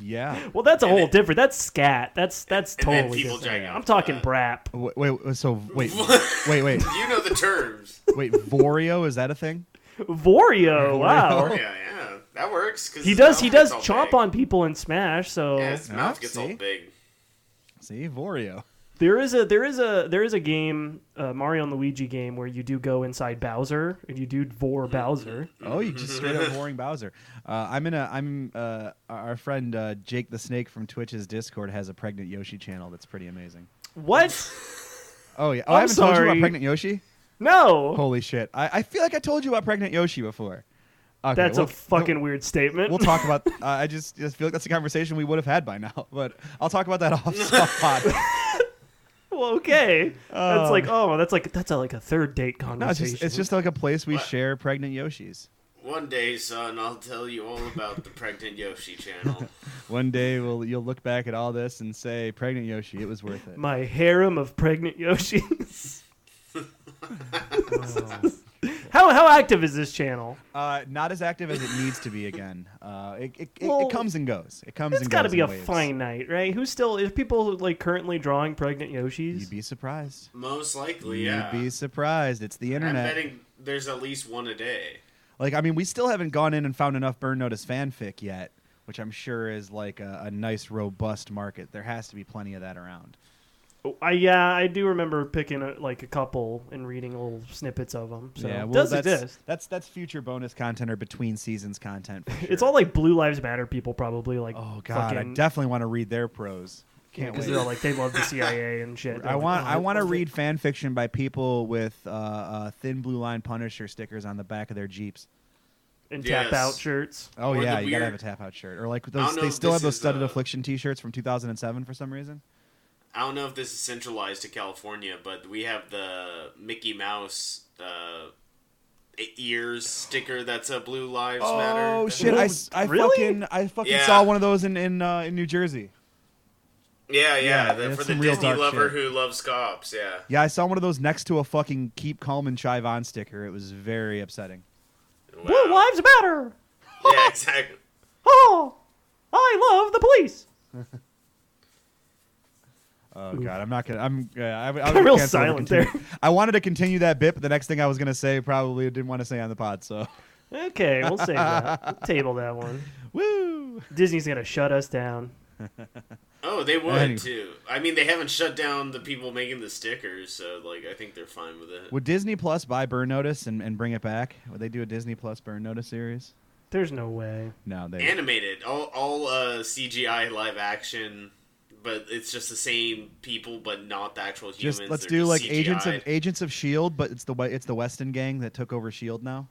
Speaker 1: yeah.
Speaker 2: Well, that's a
Speaker 3: And
Speaker 2: whole
Speaker 3: then-
Speaker 2: different. That's scat. That's that's
Speaker 3: and then
Speaker 2: totally
Speaker 3: people
Speaker 2: different.
Speaker 3: jack
Speaker 2: I'm
Speaker 3: off to
Speaker 2: talking
Speaker 3: that.
Speaker 2: brap.
Speaker 1: Wait, wait, so wait, wait, wait,
Speaker 3: You know the terms.
Speaker 1: wait. Vorio is that a thing?
Speaker 2: Wario. Wow.
Speaker 3: yeah, yeah, that works. 'cause
Speaker 2: He
Speaker 3: his
Speaker 2: does
Speaker 3: mouth
Speaker 2: he does
Speaker 3: gets all
Speaker 2: chomp
Speaker 3: big.
Speaker 2: on people in Smash. So
Speaker 3: Yeah, his
Speaker 1: Oh,
Speaker 3: mouth gets all
Speaker 1: see?
Speaker 3: big.
Speaker 1: See, Vorio.
Speaker 2: There is a there is a there is a game uh, Mario and Luigi game where you do go inside Bowser and you do vor
Speaker 3: Mm-hmm.
Speaker 2: Bowser.
Speaker 1: Oh, you just straight up boring Bowser. Uh, I'm in a. I'm uh, our friend uh, Jake the Snake from Twitch's Discord has a pregnant Yoshi channel that's pretty amazing.
Speaker 2: What?
Speaker 1: Oh yeah. Oh,
Speaker 2: I'm
Speaker 1: I haven't told you
Speaker 2: sorry. Oh.
Speaker 1: about pregnant Yoshi.
Speaker 2: No,
Speaker 1: Holy shit! I, I feel like I told you about pregnant Yoshi before. Okay,
Speaker 2: that's
Speaker 1: we'll-
Speaker 2: a fucking weird statement.
Speaker 1: We'll, we'll talk about. Uh, I just, just feel like that's a conversation we would have had by now, but I'll talk about that off spot.
Speaker 2: Well, okay, that's
Speaker 1: Oh.
Speaker 2: like oh, that's like that's a, like a third date
Speaker 1: no, it's
Speaker 2: conversation.
Speaker 1: just, it's just like a place we
Speaker 3: What?
Speaker 1: share pregnant Yoshis.
Speaker 3: One day, son, I'll tell you all about the pregnant Yoshi channel.
Speaker 1: One day we'll you'll look back at all this and say, "Pregnant Yoshi, it was worth it."
Speaker 2: my harem of pregnant Yoshis. How how active is this channel?
Speaker 1: Uh, not as active as it needs to be again. Uh, it, it, it,
Speaker 2: Well,
Speaker 1: it comes and goes. It comes
Speaker 2: It's
Speaker 1: and
Speaker 2: got to
Speaker 1: goes
Speaker 2: be
Speaker 1: in
Speaker 2: a
Speaker 1: waves.
Speaker 2: finite, right? Who's still is people like currently drawing pregnant Yoshis?
Speaker 1: You'd be surprised.
Speaker 3: Most likely, yeah.
Speaker 1: You'd be surprised. It's the
Speaker 3: I'm
Speaker 1: internet.
Speaker 3: betting there's at least one a day.
Speaker 1: Like, I mean, we still haven't gone in and found enough Burn Notice fanfic yet, which I'm sure is like a, a nice, robust market. There has to be plenty of that around.
Speaker 2: Oh, I yeah, I do remember picking a, like a couple and reading little snippets of them. So it does
Speaker 1: that's,
Speaker 2: exist.
Speaker 1: That's that's future bonus content or between seasons content. for
Speaker 2: It's
Speaker 1: sure.
Speaker 2: all like Blue Lives Matter people probably like.
Speaker 1: Oh God,
Speaker 2: fucking,
Speaker 1: I definitely want to read their prose. Can't
Speaker 2: because
Speaker 1: wait.
Speaker 2: they're all like they love the CIA and shit. They're
Speaker 1: I
Speaker 2: like,
Speaker 1: want
Speaker 2: "Oh,
Speaker 1: I want to
Speaker 2: love it."
Speaker 1: read fan fiction by people with uh, uh, thin blue line Punisher stickers on the back of their jeeps.
Speaker 2: and
Speaker 3: Yes.
Speaker 2: tap out shirts.
Speaker 1: Oh
Speaker 3: Or the
Speaker 1: yeah, you gotta have a
Speaker 3: weird-
Speaker 1: tap out shirt, or like
Speaker 3: don't
Speaker 1: those.
Speaker 3: know
Speaker 1: They
Speaker 3: if
Speaker 1: still
Speaker 3: this
Speaker 1: have those
Speaker 3: is,
Speaker 1: studded
Speaker 3: uh,
Speaker 1: affliction T-shirts from 2007 for some reason.
Speaker 3: I don't know if this is centralized to California, but we have the Mickey Mouse uh, e- ears sticker that's a Blue Lives Matter.
Speaker 1: Oh
Speaker 3: That's-
Speaker 1: shit!
Speaker 2: Ooh,
Speaker 1: I, s- I
Speaker 2: really?
Speaker 1: fucking I fucking
Speaker 3: Yeah.
Speaker 1: saw one of those in in, uh, in New Jersey.
Speaker 3: Yeah, yeah,
Speaker 1: Yeah,
Speaker 3: the-
Speaker 1: that's
Speaker 3: for the
Speaker 1: some real
Speaker 3: Disney
Speaker 1: dark
Speaker 3: lover
Speaker 1: shit.
Speaker 3: who loves cops. Yeah,
Speaker 1: Yeah, I saw one of those next to a fucking "Keep Calm and Chive On" sticker. It was very upsetting.
Speaker 3: wow.
Speaker 2: Blue Lives Matter.
Speaker 3: Yeah, exactly.
Speaker 2: Oh, I love the police.
Speaker 1: Oh god, I'm not gonna. I'm. Uh, I, I
Speaker 2: Real
Speaker 1: can't sort of
Speaker 2: silent
Speaker 1: continue- I wanted to continue that bit, but the next thing I was gonna say probably didn't want to say on the pod. So,
Speaker 2: Okay, we'll save that. We'll table that one.
Speaker 1: woo.
Speaker 2: Disney's gonna shut us down.
Speaker 3: Oh, they would
Speaker 1: Anyway.
Speaker 3: too. I mean, they haven't shut down the people making the stickers, so like, I think they're fine with it.
Speaker 1: Would Disney Plus buy Burn Notice and, and bring it back? Would they do a Disney Plus Burn Notice series?
Speaker 2: There's no way.
Speaker 1: No, they.
Speaker 3: Animated, all all uh, CGI live action, but it's just the same people, but not the actual humans.
Speaker 1: just let's
Speaker 3: They're
Speaker 1: do
Speaker 3: just
Speaker 1: like Agents of
Speaker 3: CGI'd.
Speaker 1: Agents of Shield, E but it's the we- it's the Weston gang that took over Shield E now.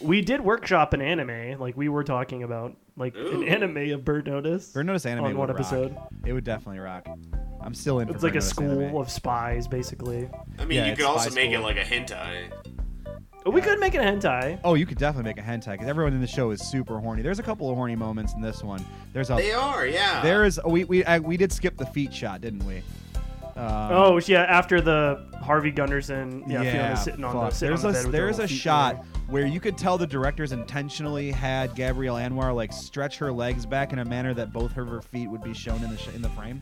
Speaker 2: We did workshop an anime, like we were talking about, like
Speaker 3: Ooh.
Speaker 2: an anime of Bird Notice.
Speaker 1: Burn Notice anime
Speaker 2: On
Speaker 1: would
Speaker 2: one
Speaker 1: rock.
Speaker 2: episode.
Speaker 1: It would definitely rock. I'm still in. for
Speaker 2: it's like
Speaker 1: Burn
Speaker 2: a
Speaker 1: Notice
Speaker 2: school
Speaker 1: anime.
Speaker 2: of spies, basically.
Speaker 3: I mean,
Speaker 1: Yeah,
Speaker 3: you
Speaker 1: it's
Speaker 3: could also
Speaker 1: spy
Speaker 3: make it
Speaker 1: school.
Speaker 3: like a hentai.
Speaker 2: We could make it a hentai.
Speaker 1: Oh, you could definitely make a hentai because everyone in the show is super horny. There's a couple of horny moments in this one. There's a
Speaker 3: They are, yeah.
Speaker 1: there is we we I, we did skip the feet shot, didn't we? Um,
Speaker 2: Oh yeah, after the Harvey Gunderson, yeah, Fiona sitting on the
Speaker 1: fuck.
Speaker 2: sitting
Speaker 1: there's
Speaker 2: on the
Speaker 1: a
Speaker 2: bed with her
Speaker 1: there's
Speaker 2: little
Speaker 1: a
Speaker 2: feet
Speaker 1: shot
Speaker 2: moving.
Speaker 1: where you could tell the directors intentionally had Gabrielle Anwar like stretch her legs back in a manner that both of her feet would be shown in the sh- in the frame.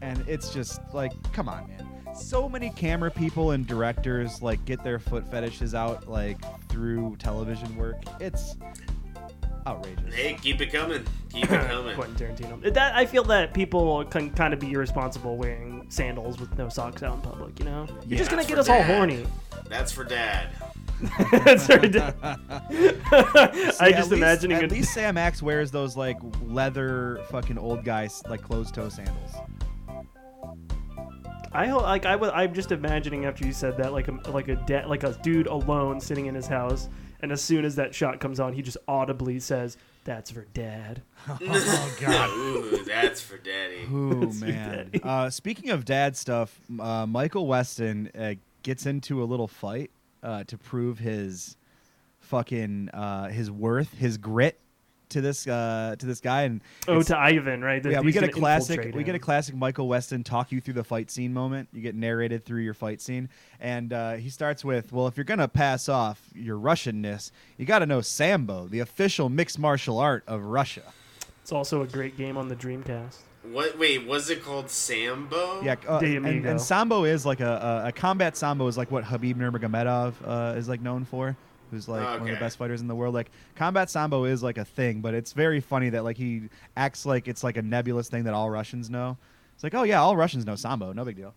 Speaker 1: And it's just like, come on, man. So many camera people and directors like get their foot fetishes out like through television work. It's outrageous.
Speaker 3: Hey, keep it coming. Keep it coming.
Speaker 2: Quentin Tarantino. That I feel that people can kind of be irresponsible wearing sandals with no socks out in public. You know, you're just
Speaker 3: Yeah,
Speaker 2: gonna
Speaker 3: for
Speaker 2: get us all
Speaker 3: dad.
Speaker 2: horny.
Speaker 3: That's for dad.
Speaker 2: Sorry, dad.
Speaker 1: Yeah,
Speaker 2: I
Speaker 1: at
Speaker 2: just
Speaker 1: least-
Speaker 2: imagining
Speaker 1: At
Speaker 2: it.
Speaker 1: least Sam Axe wears those like leather fucking old guy s- like closed toe sandals.
Speaker 2: I ho- like I was. I'm just imagining after you said that, like a like a da- like a dude alone sitting in his house, and as soon as that shot comes on, he just audibly says, "That's for dad."
Speaker 1: Oh
Speaker 3: Ooh, that's for daddy.
Speaker 1: Ooh
Speaker 2: That's your
Speaker 1: man.
Speaker 2: daddy.
Speaker 1: Uh, speaking of dad stuff, m- uh, Michael Weston uh, gets into a little fight uh, to prove his fucking uh, his worth, his grit to this uh, to this guy, and
Speaker 2: Oh,
Speaker 1: it's-
Speaker 2: to Ivan, right? That
Speaker 1: yeah, we
Speaker 2: he's
Speaker 1: get a
Speaker 2: gonna
Speaker 1: classic.
Speaker 2: infiltrate
Speaker 1: We get a
Speaker 2: him.
Speaker 1: classic Michael Weston talk you through the fight scene moment. You get narrated through your fight scene, and uh, he starts with, "Well, if you're gonna pass off your Russianness, you got to know sambo, the official mixed martial art of Russia."
Speaker 2: It's also a great game on the Dreamcast.
Speaker 3: What? Wait, was it called Sambo?
Speaker 1: Yeah, uh,
Speaker 2: De
Speaker 1: and,
Speaker 2: amigo.
Speaker 1: and sambo is like a, a, a combat sambo is like what Habib Nurmagomedov uh, is like known for, who's like one of
Speaker 3: Oh, Okay.
Speaker 1: the best fighters in the world. Like combat sambo is like a thing, but it's very funny that like he acts like it's like a nebulous thing that all Russians know. It's like, oh yeah, all Russians know sambo, no big deal.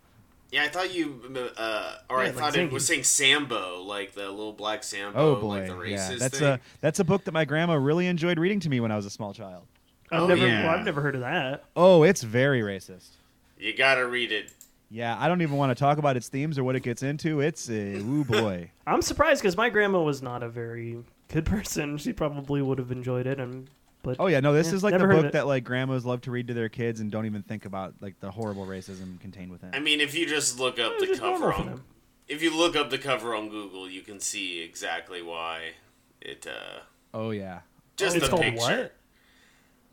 Speaker 3: Yeah, I thought you. Uh, or I
Speaker 2: Yeah, like
Speaker 3: thought it
Speaker 2: Ziggy.
Speaker 3: was saying Sambo, like the little black Sambo,
Speaker 1: Oh boy,
Speaker 3: like the racist
Speaker 1: yeah, that's uh,
Speaker 3: thing.
Speaker 1: a that's a book that my grandma really enjoyed reading to me when I was a small child.
Speaker 2: I've
Speaker 3: Oh,
Speaker 2: never,
Speaker 3: yeah.
Speaker 2: well, I've never heard of that.
Speaker 1: Oh, it's very racist.
Speaker 3: You gotta read it.
Speaker 1: Yeah, I don't even want to talk about its themes or what it gets into. It's uh, ooh boy.
Speaker 2: I'm surprised because my grandma was not a very good person. She probably would have enjoyed it, and but
Speaker 1: Oh yeah, no, this
Speaker 2: Yeah,
Speaker 1: is like the
Speaker 2: never heard of
Speaker 1: book
Speaker 2: it.
Speaker 1: that like grandmas love to read to their kids and don't even think about like the horrible racism contained within.
Speaker 3: I
Speaker 1: it.
Speaker 3: mean, if you just look
Speaker 2: It
Speaker 3: up
Speaker 2: was
Speaker 3: the
Speaker 2: just
Speaker 3: cover
Speaker 2: normal for
Speaker 3: on,
Speaker 2: them.
Speaker 3: if you look up the cover on Google, you can see exactly why it. uh
Speaker 1: Oh yeah,
Speaker 3: Just
Speaker 2: It's
Speaker 3: the
Speaker 2: called
Speaker 3: picture.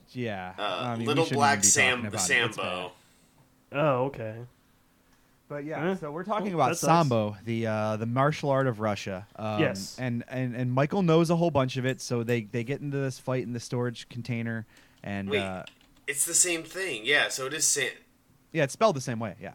Speaker 1: yeah.
Speaker 3: Uh,
Speaker 1: I mean, we
Speaker 3: little
Speaker 1: shouldn't
Speaker 3: black
Speaker 1: even be
Speaker 3: Sam
Speaker 1: talking about it. It's
Speaker 3: Sambo.
Speaker 1: bad.
Speaker 2: Oh okay.
Speaker 1: But yeah,
Speaker 2: Huh?
Speaker 1: so we're talking
Speaker 2: Well,
Speaker 1: about
Speaker 2: that sucks.
Speaker 1: sambo, the uh, the martial art of Russia. Um,
Speaker 2: Yes.
Speaker 1: and, and and Michael knows a whole bunch of it, so they they get into this fight in the storage container, and
Speaker 3: Wait.
Speaker 1: uh,
Speaker 3: It's the same thing. Yeah, so it is San.
Speaker 1: yeah, it's spelled the same way. Yeah,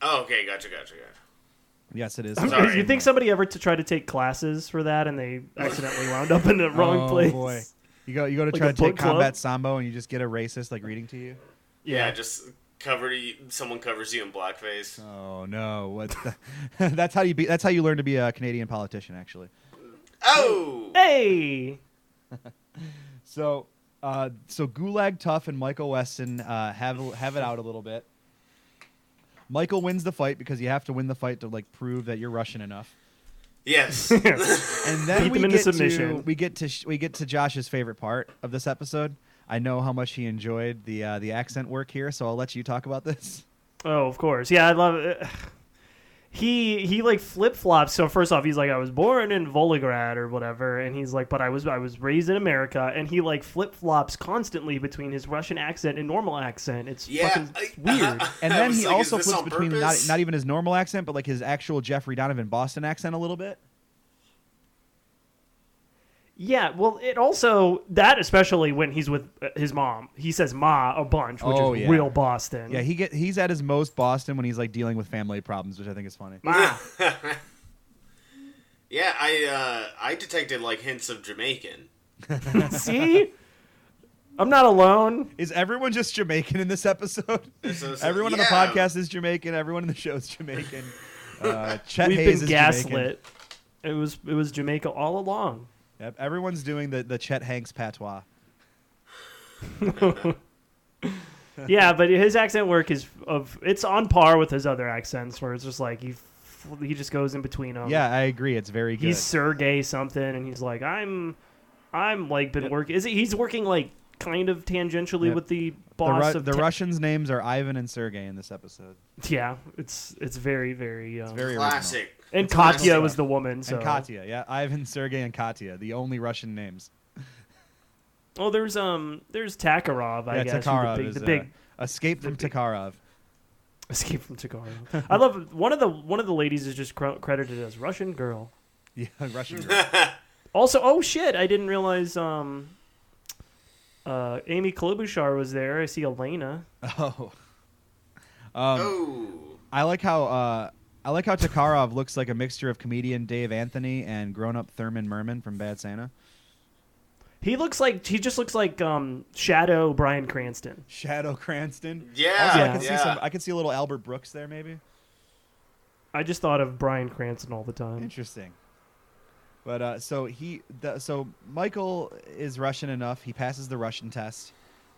Speaker 3: Oh, okay, gotcha, gotcha, gotcha.
Speaker 1: yes, it is.
Speaker 2: I'm-
Speaker 3: Sorry.
Speaker 2: You think somebody ever to try to take classes for that and they accidentally wound up in the
Speaker 1: oh,
Speaker 2: wrong place?
Speaker 1: Boy. You go you go to
Speaker 2: Like
Speaker 1: try
Speaker 2: a
Speaker 1: to take
Speaker 2: book club?
Speaker 1: combat sambo, and you just get a racist like reading to you.
Speaker 3: Yeah, just cover someone covers you in blackface.
Speaker 1: Oh no! What? The, that's how you be. That's how you learn to be a Canadian politician, actually.
Speaker 3: Oh,
Speaker 2: Hey.
Speaker 1: So, uh, so Gulag Tough and Michael Weston uh, have have it out a little bit. Michael wins the fight because you have to win the fight to like prove that you're Russian enough.
Speaker 3: yes.
Speaker 1: And then
Speaker 2: Beat
Speaker 1: we
Speaker 2: them into
Speaker 1: get to
Speaker 2: submission.
Speaker 1: we get to sh- we get to Josh's favorite part of this episode. I know how much he enjoyed the uh, the accent work here, so I'll let you talk about this.
Speaker 2: Oh, of course. Yeah, I love it. He he like flip flops. So first off, he's like, I was born in Volgograd or whatever, and he's like, but I was I was raised in America, and he like flip flops constantly between his Russian accent and normal accent. It's
Speaker 3: Yeah,
Speaker 2: fucking
Speaker 3: I-
Speaker 2: weird.
Speaker 1: And
Speaker 3: I
Speaker 1: then
Speaker 3: was
Speaker 1: he
Speaker 3: like, is
Speaker 1: also
Speaker 3: this
Speaker 1: flips
Speaker 3: on
Speaker 1: between not, e,
Speaker 3: purpose?
Speaker 1: not even his normal accent, but like his actual Jeffrey Donovan Boston accent a little bit.
Speaker 2: yeah, well, it also that especially when he's with uh, his mom, he says "ma" a bunch, which
Speaker 1: Oh,
Speaker 2: is
Speaker 1: yeah.
Speaker 2: real Boston.
Speaker 1: Yeah, he get he's at his most Boston when he's like dealing with family problems, which I think is funny.
Speaker 2: ma.
Speaker 3: yeah, I uh, I detected like hints of Jamaican.
Speaker 2: See, I'm not alone.
Speaker 1: Is everyone just Jamaican in this episode?
Speaker 3: so- so-
Speaker 1: everyone on the
Speaker 3: yeah.
Speaker 1: podcast is Jamaican. Everyone in the show is Jamaican. Uh, Chet
Speaker 2: We've
Speaker 1: Hayes
Speaker 2: been
Speaker 1: is Jamaican.
Speaker 2: gaslit. It was it was Jamaica all along.
Speaker 1: Yep, everyone's doing the, the Chet Hanks patois.
Speaker 2: yeah, but his accent work is of it's on par with his other accents, where it's just like he f- he just goes in between them.
Speaker 1: Yeah, I agree. It's very good.
Speaker 2: Oh. he's Sergey something, and he's like, I'm, I'm like been working. Is it, he's working like kind of tangentially
Speaker 1: Yep.
Speaker 2: with the
Speaker 1: the Ru-
Speaker 2: boss of
Speaker 1: the
Speaker 2: Te-
Speaker 1: Russians' names are Ivan and Sergey in this episode.
Speaker 2: Yeah, it's it's very very um,
Speaker 1: Very original.
Speaker 3: Classic.
Speaker 2: and
Speaker 3: classic.
Speaker 2: Katya was the woman. So
Speaker 1: And Katya, yeah, Ivan, Sergey, and Katya, the only Russian names.
Speaker 2: oh, there's um there's Takarov, I
Speaker 1: yeah,
Speaker 2: guess, who
Speaker 1: Takarov
Speaker 2: the big,
Speaker 1: is
Speaker 2: the
Speaker 1: uh,
Speaker 2: big
Speaker 1: escape from Takarov.
Speaker 2: Escape from Takarov. I love one of the one of the ladies is just cr- credited as Russian girl.
Speaker 1: Yeah, Russian. girl.
Speaker 2: Also, oh shit, I didn't realize um uh Amy Klobuchar was there. I see Elena.
Speaker 1: oh. Um,
Speaker 2: Um,
Speaker 3: oh,
Speaker 1: I like how uh, I like how Takarov looks like a mixture of comedian Dave Anthony and grown-up Thurman Merman from Bad Santa.
Speaker 2: He looks like he just looks like um Shadow Brian Cranston.
Speaker 1: Shadow Cranston.
Speaker 3: yeah,
Speaker 1: Also, I
Speaker 2: Yeah.
Speaker 1: can
Speaker 3: yeah.
Speaker 1: see some. I can see a little Albert Brooks there, maybe.
Speaker 2: I just thought of Brian Cranston all the time.
Speaker 1: Interesting. But uh, so he, the, so Michael is Russian enough. He passes the Russian test.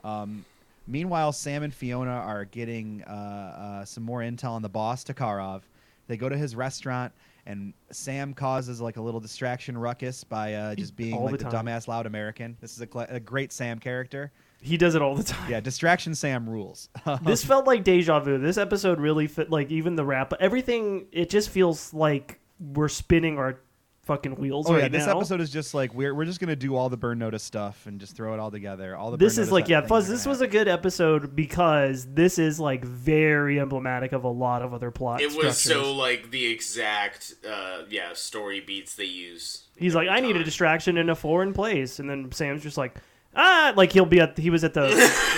Speaker 1: Um, meanwhile, Sam and Fiona are getting uh, uh, some more intel on the boss Takarov. They go to his restaurant, and Sam causes like a little distraction ruckus by uh, just being
Speaker 2: All
Speaker 1: like
Speaker 2: the
Speaker 1: the,
Speaker 2: time.
Speaker 1: dumbass loud American. This is a, cla a great Sam character.
Speaker 2: He does it all the time.
Speaker 1: Yeah, distraction Sam rules.
Speaker 2: This felt like deja vu. This episode really fit like even the wrap everything it just feels like we're spinning our fucking wheels
Speaker 1: Oh
Speaker 2: right
Speaker 1: yeah, this
Speaker 2: now.
Speaker 1: episode is just like we're we're just gonna do all the burn notice stuff and just throw it all together. All the
Speaker 2: this
Speaker 1: Burn
Speaker 2: is
Speaker 1: Notice
Speaker 2: like yeah
Speaker 1: things
Speaker 2: fuzz
Speaker 1: that are
Speaker 2: this
Speaker 1: gonna
Speaker 2: was a good episode because this is like very emblematic of a lot of other plot
Speaker 3: Oh, It was so
Speaker 2: uh, structures.
Speaker 3: like the exact uh, yeah story beats they use.
Speaker 2: he's like i
Speaker 3: every
Speaker 2: need a
Speaker 3: time.
Speaker 2: distraction in a foreign place and then sam's just like ah like he'll be at he was at the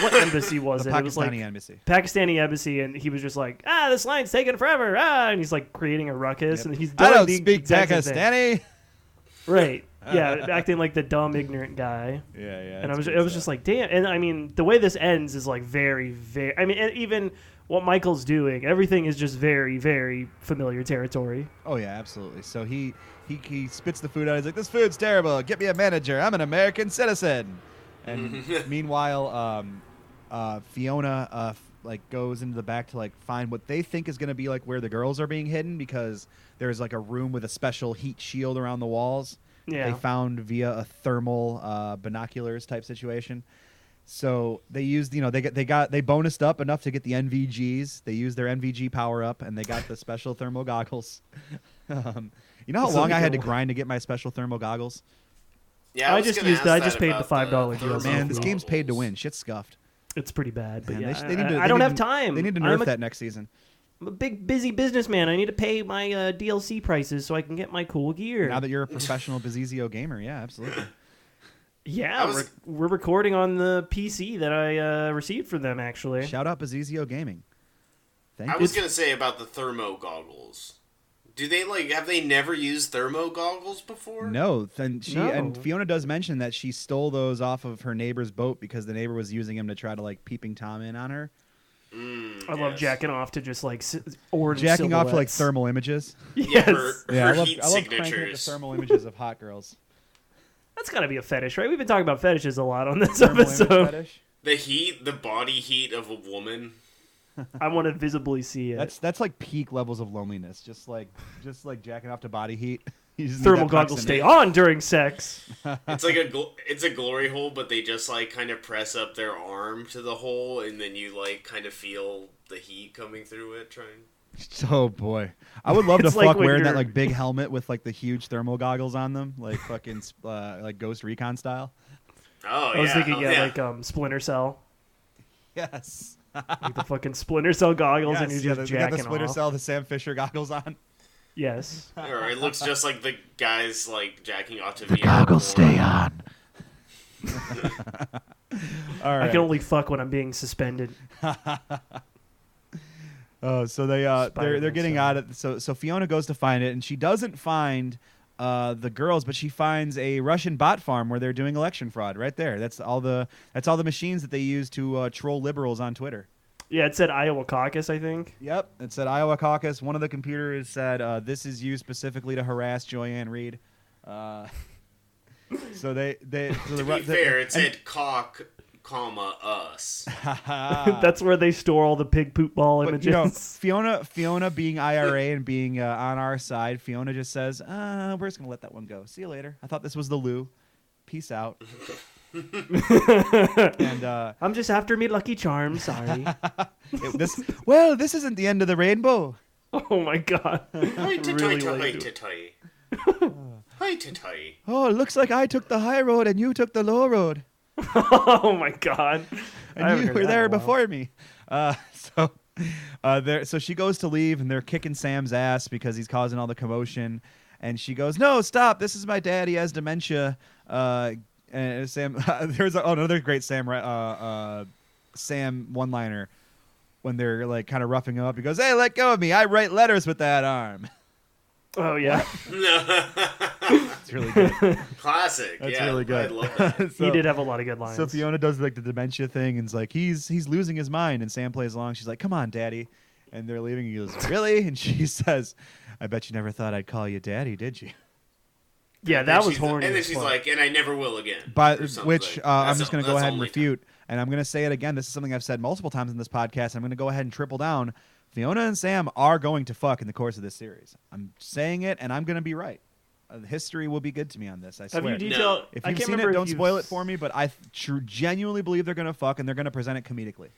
Speaker 2: what embassy was it
Speaker 1: happen.
Speaker 2: it was like
Speaker 1: Pakistani embassy.
Speaker 2: pakistani embassy and he was just like ah this line's taking forever ah and he's like creating a ruckus and he's doing
Speaker 1: I don't
Speaker 2: the
Speaker 1: speak
Speaker 2: exact same thing.
Speaker 1: Pakistani.
Speaker 2: right yeah acting like the dumb ignorant guy
Speaker 1: Yeah, yeah.
Speaker 2: and I was, it was just like, damn. And I mean, the way this ends is like very, very. I mean, and even what Michael's doing, everything is just very, very familiar territory.
Speaker 1: oh yeah, absolutely. So he he he spits the food out. He's like, this food's terrible. Get me a manager. I'm an American citizen. And meanwhile, um, uh, Fiona uh, f- like goes into the back to like find what they think is going to be like where the girls are being hidden because there's like a room with a special heat shield around the walls. that
Speaker 2: Yeah.
Speaker 1: They found via a thermal uh, binoculars type situation. So they used, you know, they got they got they bonused up enough to get the NVGs. They used their NVG power up, and they got the special thermal goggles. um, you know how
Speaker 2: So
Speaker 1: long
Speaker 2: they
Speaker 1: I had to
Speaker 2: can-
Speaker 1: grind to get my special thermal goggles?
Speaker 3: Yeah,
Speaker 2: I
Speaker 3: was
Speaker 2: just
Speaker 3: gonna
Speaker 2: used-
Speaker 3: ask
Speaker 2: I
Speaker 3: that
Speaker 2: just paid the
Speaker 3: about
Speaker 2: $5 deal.
Speaker 3: thermal
Speaker 1: Man, this game's paid to
Speaker 3: goggles.
Speaker 1: win. Shit's scuffed.
Speaker 2: It's pretty bad, but
Speaker 1: Man,
Speaker 2: yeah,
Speaker 1: they sh- they need
Speaker 2: I-
Speaker 1: to-
Speaker 2: I,
Speaker 1: they
Speaker 2: don't
Speaker 1: need
Speaker 2: have
Speaker 1: to-
Speaker 2: time.
Speaker 1: They need to
Speaker 2: I'm
Speaker 1: nerf
Speaker 2: a-
Speaker 1: that next season.
Speaker 2: I'm a big busy businessman. I need to pay my uh, DLC prices so I can get my cool gear.
Speaker 1: Now that you're a professional Bezizio gamer, yeah, absolutely.
Speaker 2: yeah,
Speaker 3: I was-
Speaker 2: we're, we're recording on the PC that I uh, received for them actually.
Speaker 1: Shout out Bezizio Gaming. Thank
Speaker 3: I
Speaker 1: you.
Speaker 3: was gonna say about the thermo goggles. Do they like have they never used thermo goggles before?
Speaker 1: No, then she and
Speaker 2: No.
Speaker 1: Fiona does mention that she stole those off of her neighbor's boat because the neighbor was using them to try to like peeping tom in on her,
Speaker 3: Mm,
Speaker 2: I love
Speaker 3: yes.
Speaker 2: jacking off to just like si- orange
Speaker 1: jacking off to like
Speaker 2: silhouettes.
Speaker 1: thermal images.
Speaker 3: Yeah, her,
Speaker 2: Yes.
Speaker 3: her
Speaker 1: Yeah, I love,
Speaker 3: heat
Speaker 1: I love cranking up the
Speaker 3: signatures.
Speaker 1: thermal images of hot girls.
Speaker 2: That's gotta be a fetish, right? We've been talking about fetishes a lot on this
Speaker 1: Thermal image
Speaker 2: episode.
Speaker 1: fetish.
Speaker 3: the heat, the body heat of a woman.
Speaker 2: I want to visibly see it.
Speaker 1: That's that's like peak levels of loneliness. Just like just like jacking off to body heat. You just need
Speaker 2: Thermal
Speaker 1: that
Speaker 2: goggles
Speaker 1: proximity.
Speaker 2: stay on during sex.
Speaker 3: It's like a gl- it's a glory hole, but they just like kind of press up their arm to the hole, and then you like kind of feel the heat coming through it. Trying.
Speaker 1: Oh boy, I would love to
Speaker 2: It's like
Speaker 1: fuck
Speaker 2: when
Speaker 1: wearing that
Speaker 2: you're-
Speaker 1: like big helmet with like the huge thermal goggles on them, like fucking uh, like Ghost Recon style.
Speaker 3: Oh
Speaker 2: I was
Speaker 3: yeah.
Speaker 2: thinking,
Speaker 3: oh,
Speaker 2: yeah, like um, Splinter Cell,
Speaker 1: Yes.
Speaker 2: like the fucking Splinter Cell goggles,
Speaker 1: yes
Speaker 2: and you're
Speaker 1: yeah,
Speaker 2: just
Speaker 1: they got the
Speaker 2: jacking
Speaker 1: Splinter
Speaker 2: off.
Speaker 1: Cell, the Sam Fisher goggles on.
Speaker 2: Yes,
Speaker 3: or it looks just like the guys like jacking off to the VR goggles
Speaker 1: on. All
Speaker 2: I can
Speaker 1: right.
Speaker 2: only fuck when I'm being suspended.
Speaker 1: Oh, so they uh, they're they're
Speaker 2: Spider-Man
Speaker 1: getting
Speaker 2: style.
Speaker 1: out of so so Fiona goes to find it and she doesn't find uh, the girls, but she finds a Russian bot farm where they're doing election fraud right there. That's all the that's all the machines that they use to uh, troll liberals on Twitter.
Speaker 2: Yeah, it said Iowa caucus, I think.
Speaker 1: Yep, it said Iowa caucus. One of the computers said uh, this is used specifically to harass Joyanne Reed. Uh, so they they so the
Speaker 3: To be fair, it said cock, comma us.
Speaker 1: Ah,
Speaker 2: That's where they store all the pig poop ball
Speaker 1: But,
Speaker 2: images.
Speaker 1: you know, Fiona, Fiona being IRA and being uh, on our side, Fiona just says, uh, "We're just gonna let that one go. See you later." I thought this was the Lou. Peace out. and uh,
Speaker 2: I'm just after me Lucky Charm. Sorry.
Speaker 1: it, this, well, this isn't the end of the rainbow.
Speaker 2: oh my god.
Speaker 3: Hi to
Speaker 2: Really
Speaker 3: tie,
Speaker 2: like
Speaker 3: hi
Speaker 2: it.
Speaker 3: to tie. Hi to tie.
Speaker 1: Oh, it looks like I took the high road and you took the low road,
Speaker 2: Oh my god. I haven't
Speaker 1: and you were
Speaker 2: heard that in a
Speaker 1: there
Speaker 2: while.
Speaker 1: before me. Uh, so. Uh, there, so she goes to leave, and they're kicking Sam's ass because he's causing all the commotion. And she goes, "No, stop! This is my dad. He has dementia." Uh, and Sam, there's a, oh, another great Sam, uh, uh, Sam one-liner when they're like kind of roughing him up. He goes, "Hey, let go of me! I write letters with that arm."
Speaker 2: Oh yeah.
Speaker 1: It's really good.
Speaker 3: Classic.
Speaker 1: That's
Speaker 3: yeah,
Speaker 1: really
Speaker 3: I
Speaker 1: good.
Speaker 3: love that.
Speaker 1: so,
Speaker 2: he did have a lot of good lines.
Speaker 1: so Fiona does like the dementia thing, and it's like he's he's losing his mind. And Sam plays along. She's like, "Come on, daddy." And they're leaving. He goes, "Really?" And she says, "I bet you never thought I'd call you daddy, did you?"
Speaker 2: yeah,
Speaker 3: And
Speaker 2: that was
Speaker 3: she's-
Speaker 2: horny.
Speaker 3: And then
Speaker 2: as
Speaker 3: she's
Speaker 2: fuck.
Speaker 3: like, and I never will again.
Speaker 1: But
Speaker 3: or something.
Speaker 1: which uh, I'm
Speaker 3: That's
Speaker 1: just
Speaker 3: all-
Speaker 1: going to go
Speaker 3: that's
Speaker 1: ahead and
Speaker 3: only-
Speaker 1: refute, and I'm going to say it again. This is something I've said multiple times in this podcast. I'm going to go ahead and triple down. Fiona and Sam are going to fuck in the course of this series. I'm saying it, and I'm going to be right. Uh, history will be good to me on this. I
Speaker 2: have
Speaker 1: swear.
Speaker 2: you detailed?
Speaker 3: No.
Speaker 1: if
Speaker 2: I
Speaker 1: you've
Speaker 2: can't
Speaker 1: seen
Speaker 2: remember
Speaker 1: it,
Speaker 2: if
Speaker 1: don't
Speaker 2: you've
Speaker 1: spoil it
Speaker 2: s-
Speaker 1: for me. But I tr- genuinely believe they're going to fuck, and they're going to present it comedically.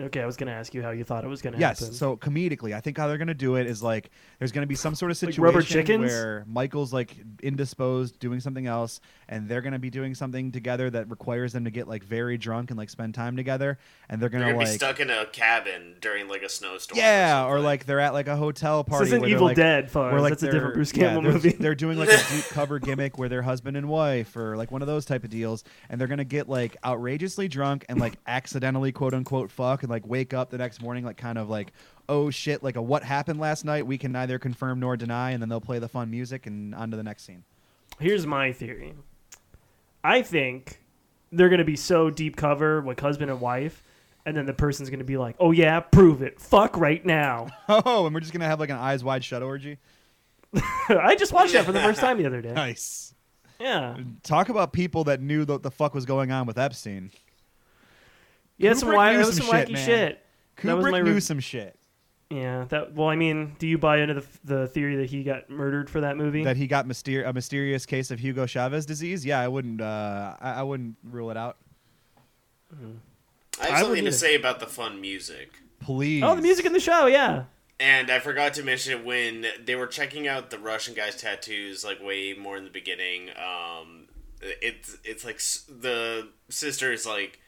Speaker 2: Okay, I was gonna ask you how you thought it was gonna
Speaker 1: Yes.
Speaker 2: happen.
Speaker 1: So comedically, I think how they're going to do it is like there's going to be some sort of
Speaker 2: Like
Speaker 1: situation
Speaker 2: rubber chickens?
Speaker 1: where Michael's like indisposed, doing something else, and they're going to be doing something together that requires them to get like very drunk and like spend time together, and they're going
Speaker 3: They're
Speaker 1: to
Speaker 3: gonna be
Speaker 1: like
Speaker 3: stuck in a cabin during like a snowstorm.
Speaker 1: yeah, or
Speaker 3: something.
Speaker 1: like they're at like a hotel party.
Speaker 2: this isn't
Speaker 1: where they're,
Speaker 2: Evil
Speaker 1: like,
Speaker 2: Dead, fun.
Speaker 1: where like
Speaker 2: That's a different
Speaker 1: they're-
Speaker 2: Bruce
Speaker 1: yeah,
Speaker 2: Campbell
Speaker 1: they're-
Speaker 2: movie.
Speaker 1: They're doing like a deep cover gimmick where they're husband and wife or like one of those type of deals, and they're gonna get like outrageously drunk and like accidentally quote unquote fuck and like wake up the next morning like kind of like oh shit like a what happened last night we can neither confirm nor deny, and then they'll play the fun music and on to the next scene.
Speaker 2: Here's my theory. I think they're gonna be so deep cover, like husband and wife, and then the person's gonna be like, "Oh yeah, prove it, fuck right now."
Speaker 1: Oh, and we're just gonna have like an eyes wide shut orgy.
Speaker 2: I just watched that for the first time the other day.
Speaker 1: Nice.
Speaker 2: Yeah,
Speaker 1: Talk about people that knew what the fuck was going on with Epstein.
Speaker 2: yeah, that's some,
Speaker 1: Kubrick
Speaker 2: wi-
Speaker 1: knew
Speaker 2: that was
Speaker 1: some
Speaker 2: some
Speaker 1: shit,
Speaker 2: wacky
Speaker 1: man.
Speaker 2: shit. That was my
Speaker 1: Kubrick
Speaker 2: re-
Speaker 1: knew some shit
Speaker 2: Yeah, that. Well, I mean, do you buy into the the theory that he got murdered for that movie?
Speaker 1: that he got myster- a mysterious case of Hugo Chavez disease. Yeah, I wouldn't. Uh, I-, I wouldn't rule it out.
Speaker 3: I
Speaker 2: I
Speaker 3: have something
Speaker 2: would
Speaker 3: to
Speaker 2: either.
Speaker 3: say about the fun music.
Speaker 1: Please.
Speaker 2: oh, the music in the show. Yeah.
Speaker 3: And I forgot to mention it when they were checking out the Russian guy's tattoos, like way more in the beginning. Um, it's it's like s- the sister is like,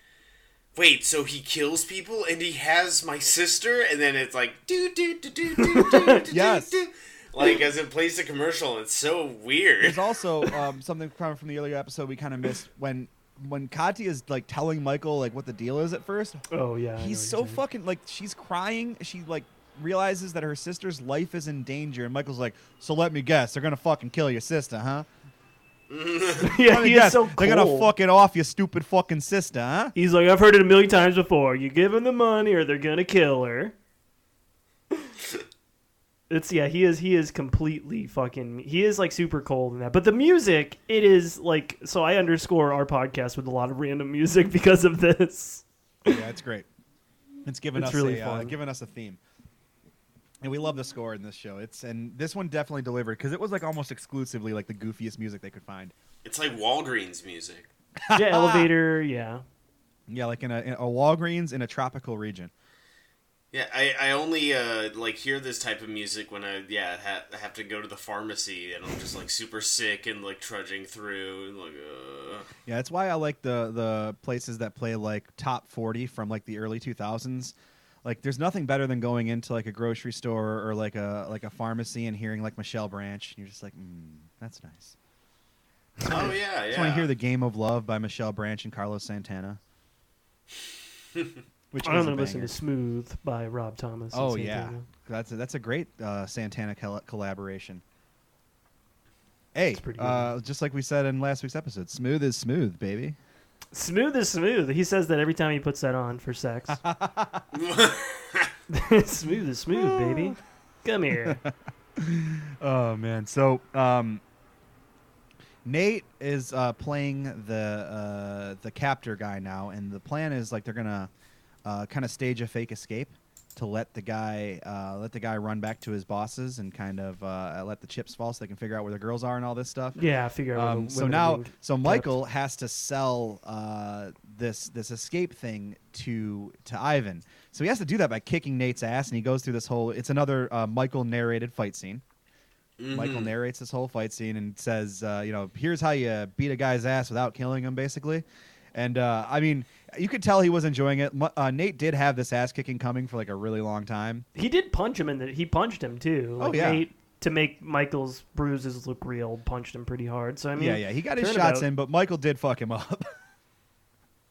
Speaker 3: wait, so he kills people and he has my sister, and then it's like do do do do do do do
Speaker 1: Yes.
Speaker 3: do. Like as it plays the commercial, it's so weird.
Speaker 1: There's also um, something kind of from the earlier episode we kind of missed when when Katya is like telling Michael like what the deal is at first.
Speaker 2: Oh yeah. I know
Speaker 1: He's
Speaker 2: what
Speaker 1: so
Speaker 2: you're saying.
Speaker 1: fucking like she's crying. She like realizes that her sister's life is in danger, and Michael's like, "So let me guess, they're gonna fucking kill your sister, huh?"
Speaker 2: yeah,
Speaker 1: Let me
Speaker 2: he
Speaker 1: guess,
Speaker 2: is so
Speaker 1: They're gonna
Speaker 2: cold.
Speaker 1: fuck it off, your stupid fucking sister, huh?
Speaker 2: He's like, I've heard it a million times before. You give him the money, or they're gonna kill her. It's yeah, he is he is completely fucking he is like super cold in that. But the music, it is like so I underscore our podcast with a lot of random music because of this.
Speaker 1: yeah, it's great. It's given
Speaker 2: It's
Speaker 1: us
Speaker 2: really
Speaker 1: a, uh,
Speaker 2: fun.
Speaker 1: given us a theme, and we love the score in this show. It's and this one definitely delivered because it was like almost exclusively like the goofiest music they could find.
Speaker 3: It's like Walgreens music.
Speaker 2: Yeah, elevator, yeah.
Speaker 1: Yeah, like in a, in a Walgreens in a tropical region.
Speaker 3: Yeah, I, I only uh, like hear this type of music when I yeah ha- have to go to the pharmacy and I'm just like super sick and like trudging through and like uh,
Speaker 1: Yeah, that's why I like the the places that play like top forty from like the early two thousands. Like, there's nothing better than going into like a grocery store or like a like a pharmacy and hearing like Michelle Branch. And you're just like, mm, that's nice.
Speaker 3: oh yeah yeah.
Speaker 1: I just want to hear the "Game of Love" by Michelle Branch and Carlos Santana. Which
Speaker 2: I
Speaker 1: is
Speaker 2: don't
Speaker 1: a
Speaker 2: know, listen
Speaker 1: banger.
Speaker 2: to Smooth by Rob Thomas. and
Speaker 1: Oh yeah,
Speaker 2: Santana.
Speaker 1: that's a, that's a great uh, Santana col- collaboration. Hey,
Speaker 2: It's pretty good.
Speaker 1: uh, just like we said in last week's episode, smooth is smooth, baby.
Speaker 2: Smooth is smooth. He says that every time he puts that on for sex. smooth is smooth, baby. Come here.
Speaker 1: Oh man, so um, Nate is uh, playing the uh, the captor guy now, and the plan is like they're gonna uh, kind of stage a fake escape to let the guy uh, let the guy run back to his bosses and kind of uh, let the chips fall so they can figure out where the girls are and all this stuff.
Speaker 2: Yeah, I figure out.
Speaker 1: Um,
Speaker 2: where the
Speaker 1: so
Speaker 2: women are
Speaker 1: now,
Speaker 2: being
Speaker 1: so
Speaker 2: kept.
Speaker 1: Michael has to sell uh, this this escape thing to to Ivan. So he has to do that by kicking Nate's ass, and he goes through this whole. It's another uh, Michael narrated fight scene. Michael
Speaker 3: Mm-hmm.
Speaker 1: narrates this whole fight scene and says, uh, you know, here's how you beat a guy's ass without killing him, basically. And uh, I mean, you could tell he was enjoying it. Mu- Uh, Nate did have this ass kicking coming for like a really long time.
Speaker 2: He did punch him in the. He punched him too.
Speaker 1: Oh,
Speaker 2: Like,
Speaker 1: yeah.
Speaker 2: Nate, to make Michael's bruises look real, punched him pretty hard. So I mean,
Speaker 1: yeah, yeah, he got his shots in, but Michael did fuck him up.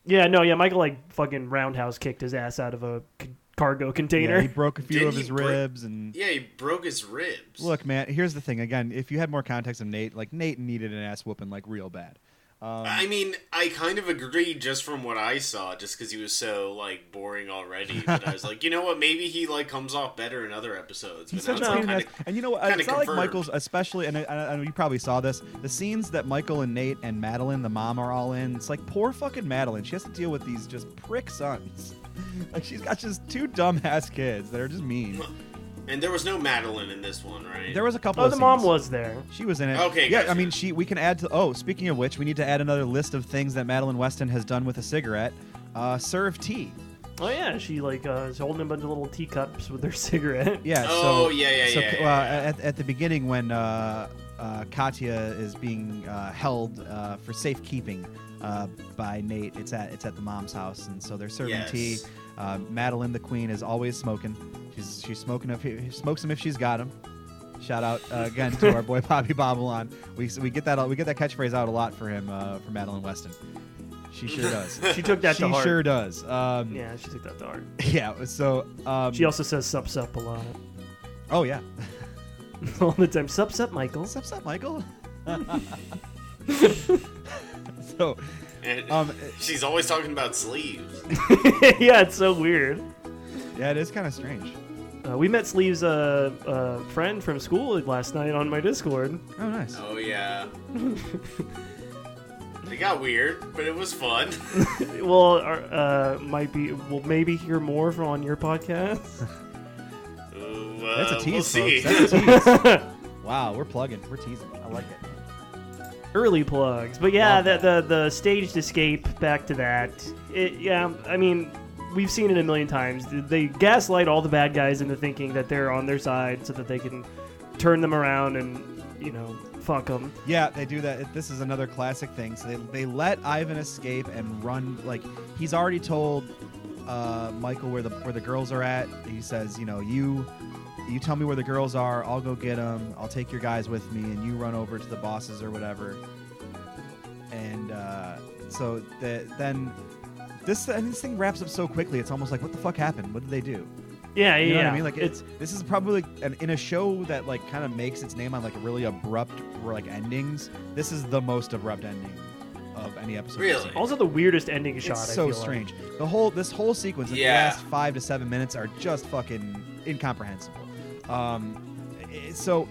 Speaker 2: Yeah, no, yeah, Michael like fucking roundhouse kicked his ass out of a c- cargo container.
Speaker 1: Yeah, he broke a few
Speaker 3: Did
Speaker 1: of
Speaker 3: he
Speaker 1: his
Speaker 3: break-
Speaker 1: ribs and
Speaker 3: yeah he broke his ribs.
Speaker 1: Look, man, here's the thing. Again, if you had more context of Nate, like Nate needed an ass whooping like real bad. um,
Speaker 3: I mean I kind of agree just from what I saw just because he was so like boring already. But I was like you know what maybe he like comes off better in other episodes.
Speaker 1: He's
Speaker 3: but
Speaker 1: such
Speaker 3: now
Speaker 1: a
Speaker 3: it's
Speaker 1: pain in the
Speaker 3: kinda-
Speaker 1: ass. And you know what?
Speaker 3: kinda
Speaker 1: It's not like
Speaker 3: confirmed.
Speaker 1: Michael's, especially, and I, I, I- you probably saw this. The scenes that Michael and Nate and Madeline, the mom, are all in. It's like poor fucking Madeline. She has to deal with these just prick sons. Like she's got just two dumb ass kids that are just mean.
Speaker 3: And there was no Madeline in this one, right?
Speaker 1: There was a couple.
Speaker 2: oh,
Speaker 1: of
Speaker 2: the mom
Speaker 1: scenes.
Speaker 2: was there.
Speaker 1: She was in it.
Speaker 3: Okay,
Speaker 1: Yeah,
Speaker 3: gotcha.
Speaker 1: I mean, she. We can add to. Oh, speaking of which, we need to add another list of things that Madeline Weston has done with a cigarette. Uh, serve tea.
Speaker 2: Oh yeah, she like uh, is holding a bunch of little teacups with her cigarette.
Speaker 1: Yeah.
Speaker 3: Oh,
Speaker 1: so,
Speaker 3: yeah, yeah,
Speaker 1: so,
Speaker 3: yeah,
Speaker 1: uh,
Speaker 3: yeah,
Speaker 1: At, at the beginning, when uh, uh, Katya is being uh, held uh, for safekeeping uh, by Nate, it's at it's at the mom's house, and so they're serving
Speaker 3: Yes.
Speaker 1: tea. Uh, Madeline, the queen, is always smoking. She's she's smoking if she smokes them if she's got them. Shout out uh, again to our boy Bobby Babylon. We we get that we get that catchphrase out a lot for him uh, for Madeline Weston. She sure does.
Speaker 2: She took that
Speaker 1: she
Speaker 2: to heart.
Speaker 1: sure does. Um, yeah.
Speaker 2: Yeah, she took that to heart.
Speaker 1: So um,
Speaker 2: She also says sup sup a lot
Speaker 1: oh yeah.
Speaker 2: all the time. Sup sup, Michael.
Speaker 1: What's up, sup, Michael? so,
Speaker 3: And-
Speaker 1: um,
Speaker 3: She's always talking about sleeves.
Speaker 2: yeah, it's so weird.
Speaker 1: yeah, it is kind of strange.
Speaker 2: Uh, we met Sleeve's uh, uh, friend from school last night on my Discord.
Speaker 1: Oh, nice.
Speaker 3: Oh yeah. it got weird, but it was fun.
Speaker 2: Well, uh, might be. We'll maybe hear more from on your podcast.
Speaker 3: Ooh,
Speaker 1: That's
Speaker 3: uh,
Speaker 1: a
Speaker 3: We'll
Speaker 1: tease,
Speaker 3: see.
Speaker 1: folks. That's a tease. wow, we're plugging. We're teasing. I like it.
Speaker 2: Early plugs, but yeah,
Speaker 1: Love
Speaker 2: the, the the staged escape. Back to that. It, yeah, I mean, we've seen it a million times. They gaslight all the bad guys into thinking that they're on their side so that they can turn them around and you know Fuck them.
Speaker 1: Yeah, they do that. This is another classic thing. So they, they let Ivan escape and run. Like he's already told uh, Michael where the where the girls are at. He says, you know, you you tell me where the girls are. I'll go get them. I'll take your guys with me, and you run over to the bosses or whatever. And uh, so the, then this and this thing wraps up so quickly. It's almost like what the fuck happened? What did they do?
Speaker 2: Yeah, yeah.
Speaker 1: You know what
Speaker 2: yeah.
Speaker 1: I mean? Like
Speaker 2: It-
Speaker 1: it's this is probably like an, in a show that like kind of makes its name on like really abrupt like endings. This is the most abrupt ending of any episode. we've
Speaker 3: Really?
Speaker 1: seen.
Speaker 2: also the weirdest ending shot.
Speaker 1: It's
Speaker 2: I
Speaker 1: so
Speaker 2: feel like.
Speaker 1: strange. The whole this whole sequence, like
Speaker 3: Yeah.
Speaker 1: the last five to seven minutes, are just fucking incomprehensible. Um, i- so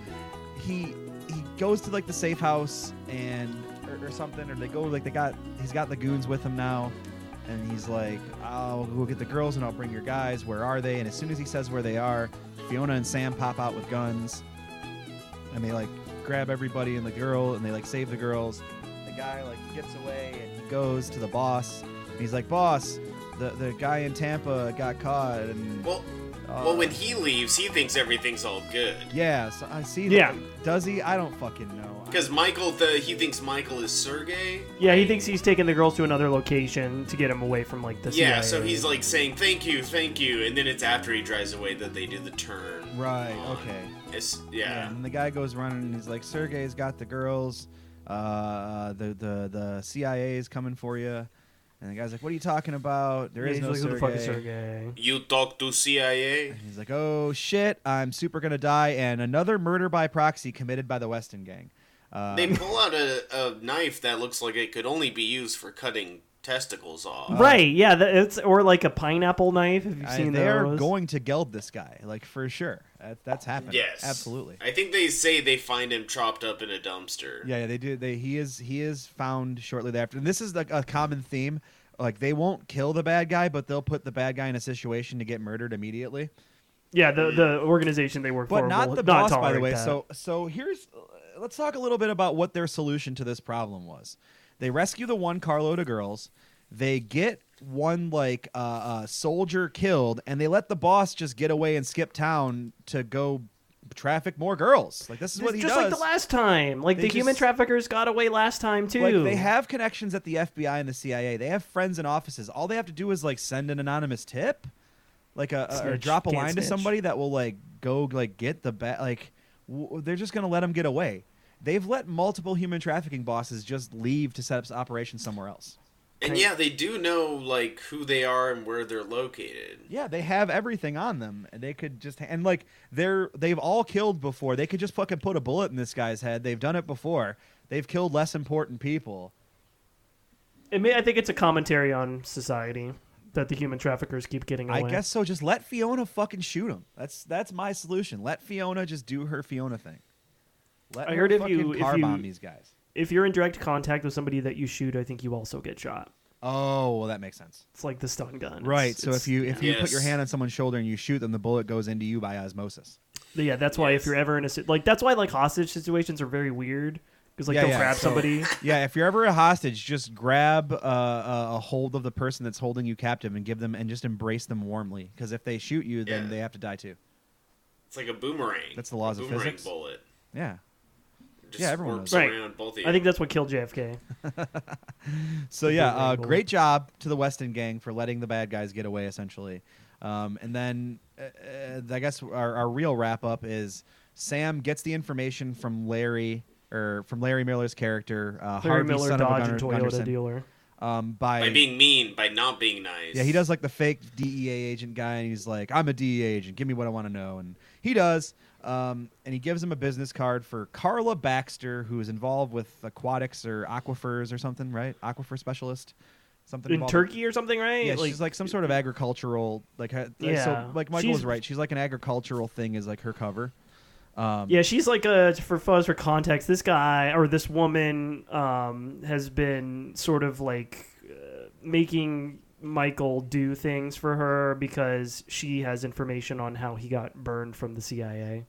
Speaker 1: he he goes to like the safe house and or, or something, or they go like they got he's got the goons with him now, and he's like, I'll go get the girls and I'll bring your guys. Where are they? And as soon as he says where they are, Fiona and Sam pop out with guns, and they like grab everybody and the girl, and they like save the girls. The guy like gets away and he goes to the boss, and he's like, "Boss, the the guy in Tampa got caught." And
Speaker 3: Well,
Speaker 1: uh,
Speaker 3: well, when he leaves, he thinks everything's all good.
Speaker 1: yeah, so I see. that.
Speaker 2: Yeah.
Speaker 1: does he? I don't fucking know.
Speaker 3: Because Michael, the, he thinks Michael is Sergey.
Speaker 2: Yeah, he thinks he's taking the girls to another location to get him away from like the
Speaker 3: Yeah,
Speaker 2: CIA.
Speaker 3: so he's like saying thank you, thank you, and then it's after he drives away that they do the turn.
Speaker 1: Right.
Speaker 3: on-
Speaker 1: Okay.
Speaker 3: It's, yeah.
Speaker 1: And the guy goes running and he's like, Sergey's got the girls. Uh, the, the, the CIA is coming for you. And the guy's like, what are you talking about? There
Speaker 2: Yeah,
Speaker 1: is
Speaker 2: he's
Speaker 1: no
Speaker 2: like, who the fuck is
Speaker 1: Sergey."
Speaker 2: Sergey?
Speaker 3: You talk to CIA.
Speaker 1: And He's like, oh shit, I'm super gonna die. And another murder by proxy committed by the Weston gang. Uh,
Speaker 3: They pull out a, a knife that looks like it could only be used for cutting testicles off.
Speaker 2: right. Yeah, that, it's or like a pineapple knife. Have you
Speaker 1: I-
Speaker 2: seen
Speaker 1: they are
Speaker 2: those?
Speaker 1: going to geld this guy, like for sure. That, that's happening.
Speaker 3: Yes.
Speaker 1: absolutely.
Speaker 3: I think they say they find him chopped up in a dumpster.
Speaker 1: Yeah, yeah, they do. They he is he is found shortly thereafter. And this is like a common theme. Like they won't kill the bad guy, but they'll put the bad guy in a situation to get murdered immediately.
Speaker 2: Yeah, the the organization they work
Speaker 1: But
Speaker 2: for,
Speaker 1: not
Speaker 2: will
Speaker 1: the
Speaker 2: not
Speaker 1: boss, by the
Speaker 2: tolerate
Speaker 1: way.
Speaker 2: that.
Speaker 1: So so here's let's talk a little bit about what their solution to this problem was. They rescue the one carload of girls. They get one like uh, uh, soldier killed, and they let the boss just get away and skip town to go traffic more girls. Like this is
Speaker 2: It's
Speaker 1: what he
Speaker 2: just
Speaker 1: does.
Speaker 2: like the last time, like
Speaker 1: They
Speaker 2: the human
Speaker 1: just-
Speaker 2: traffickers got away last time too.
Speaker 1: Like they have connections at the FBI and the CIA. They have friends in offices. All they have to do is like send an anonymous tip, like a, a- or
Speaker 2: Snitch.
Speaker 1: drop a
Speaker 2: Can't
Speaker 1: line to
Speaker 2: snitch.
Speaker 1: somebody that will like go like get the bat. Like w- they're just gonna let them get away. They've let multiple human trafficking bosses just leave to set up operations somewhere else.
Speaker 3: And yeah, they do know like who they are and where they're located.
Speaker 1: Yeah, they have everything on them, and they could just and like they're they've all killed before. They could just fucking put a bullet in this guy's head. They've done it before. They've killed less important people.
Speaker 2: I, mean, I think it's a commentary on society that the human traffickers keep getting away.
Speaker 1: I guess so. Just let Fiona fucking shoot him. That's that's my solution. Let Fiona just do her Fiona thing. Let
Speaker 2: I
Speaker 1: her
Speaker 2: heard if
Speaker 1: fucking
Speaker 2: you- if
Speaker 1: car
Speaker 2: you-
Speaker 1: bomb these guys.
Speaker 2: if you're in direct contact with somebody that you shoot, I think you also get shot.
Speaker 1: Oh, well, that makes sense.
Speaker 2: It's like the stun gun. It's-
Speaker 1: Right. So
Speaker 2: it's-
Speaker 1: if you if you put your
Speaker 3: Yes.
Speaker 1: hand on someone's shoulder and you shoot them, the bullet goes into you by osmosis.
Speaker 2: But yeah, that's why
Speaker 3: Yes.
Speaker 2: if you're ever in a si- like that's why like hostage situations are very weird because like
Speaker 1: Yeah,
Speaker 2: they'll
Speaker 1: yeah,
Speaker 2: grab
Speaker 1: so-
Speaker 2: somebody.
Speaker 1: Yeah. If you're ever a hostage, just grab uh, a, a hold of the person that's holding you captive and give them and just embrace them warmly. Because if they shoot you, then
Speaker 3: Yeah.
Speaker 1: they have to die too.
Speaker 3: It's like a boomerang.
Speaker 1: That's the laws
Speaker 3: a
Speaker 1: of
Speaker 3: boomerang
Speaker 1: physics.
Speaker 3: bullet.
Speaker 1: Yeah.
Speaker 3: It Just
Speaker 1: Yeah, everyone
Speaker 3: works
Speaker 2: knows that. Right.
Speaker 3: around both of you.
Speaker 2: I think that's what killed JFK.
Speaker 1: So yeah,
Speaker 2: Completely
Speaker 1: uh,
Speaker 2: ignored.
Speaker 1: great job to the Weston gang for letting the bad guys get away, essentially. Um, and then uh, uh, I guess our, our real wrap up is Sam gets the information from Larry or from Larry Miller's character, uh,
Speaker 2: Larry
Speaker 1: Harvey,
Speaker 2: Miller,
Speaker 1: son
Speaker 2: Dodge,
Speaker 1: of a
Speaker 2: and
Speaker 1: gunner,
Speaker 2: Toyota
Speaker 1: Gunderson,
Speaker 2: dealer.
Speaker 1: um, by,
Speaker 3: by being mean, by not being nice.
Speaker 1: yeah, he does like the fake DEA agent guy, and he's like, "I'm a DEA agent. Give me what I want to know." And he does. Um, and he gives him a business card for Carla Baxter, who is involved with aquatics or aquifers or something, right? Aquifer specialist, something
Speaker 2: In
Speaker 1: involved-
Speaker 2: Turkey or something, right?
Speaker 1: yeah, she's like some sort of agricultural, like ha- like,
Speaker 2: Yeah.
Speaker 1: So, like Michael was
Speaker 2: She's-
Speaker 1: right. She's like an agricultural thing is like her cover. Um,
Speaker 2: Yeah, she's like uh for fuzz for context. This guy or this woman um, has been sort of like uh, making Michael do things for her because she has information on how he got burned from the CIA.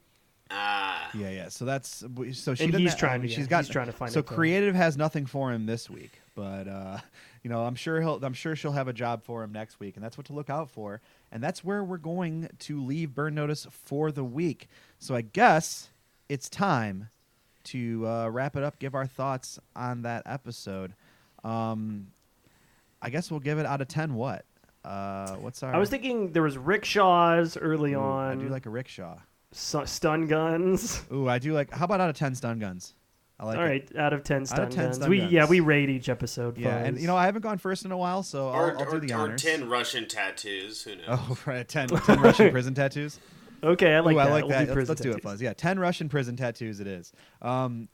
Speaker 3: Ah.
Speaker 1: yeah, yeah. So that's so she.
Speaker 2: And
Speaker 1: didn't
Speaker 2: he's
Speaker 1: ha-
Speaker 2: trying
Speaker 1: I mean,
Speaker 2: to-
Speaker 1: she's
Speaker 2: yeah,
Speaker 1: got.
Speaker 2: he's trying to find
Speaker 1: So
Speaker 2: out the-
Speaker 1: creative has nothing for him this week, but uh, you know, I'm sure he'll. I'm sure she'll have a job for him next week, and that's what to look out for. And that's where we're going to leave Burn Notice for the week. So I guess it's time to uh, wrap it up, give our thoughts on that episode. Um, I guess we'll give it out of ten. What? Uh, what's our?
Speaker 2: I was thinking there was rickshaws early
Speaker 1: Ooh, I
Speaker 2: on.
Speaker 1: do like a rickshaw.
Speaker 2: su- stun guns.
Speaker 1: Ooh, I do like. How about out of ten stun guns? I like.
Speaker 2: All
Speaker 1: it.
Speaker 2: right, out of ten stun
Speaker 1: 10
Speaker 2: guns.
Speaker 1: stun
Speaker 2: we yeah
Speaker 1: guns.
Speaker 2: we rate each episode.
Speaker 1: Yeah, and
Speaker 2: folks.
Speaker 1: you know I haven't gone first in a while, so I'll,
Speaker 3: Or,
Speaker 1: I'll do
Speaker 3: or,
Speaker 1: the
Speaker 3: or
Speaker 1: honors.
Speaker 3: 10 Russian tattoos. Who knows?
Speaker 1: Oh, right, 10, 10 Russian prison tattoos.
Speaker 2: okay, I like
Speaker 1: Ooh,
Speaker 2: that.
Speaker 1: I like
Speaker 2: We'll
Speaker 1: that.
Speaker 2: Do
Speaker 1: let's
Speaker 2: prison
Speaker 1: let's do it,
Speaker 2: tattoos.
Speaker 1: Fuzz. Yeah, ten Russian prison tattoos. It is. Um,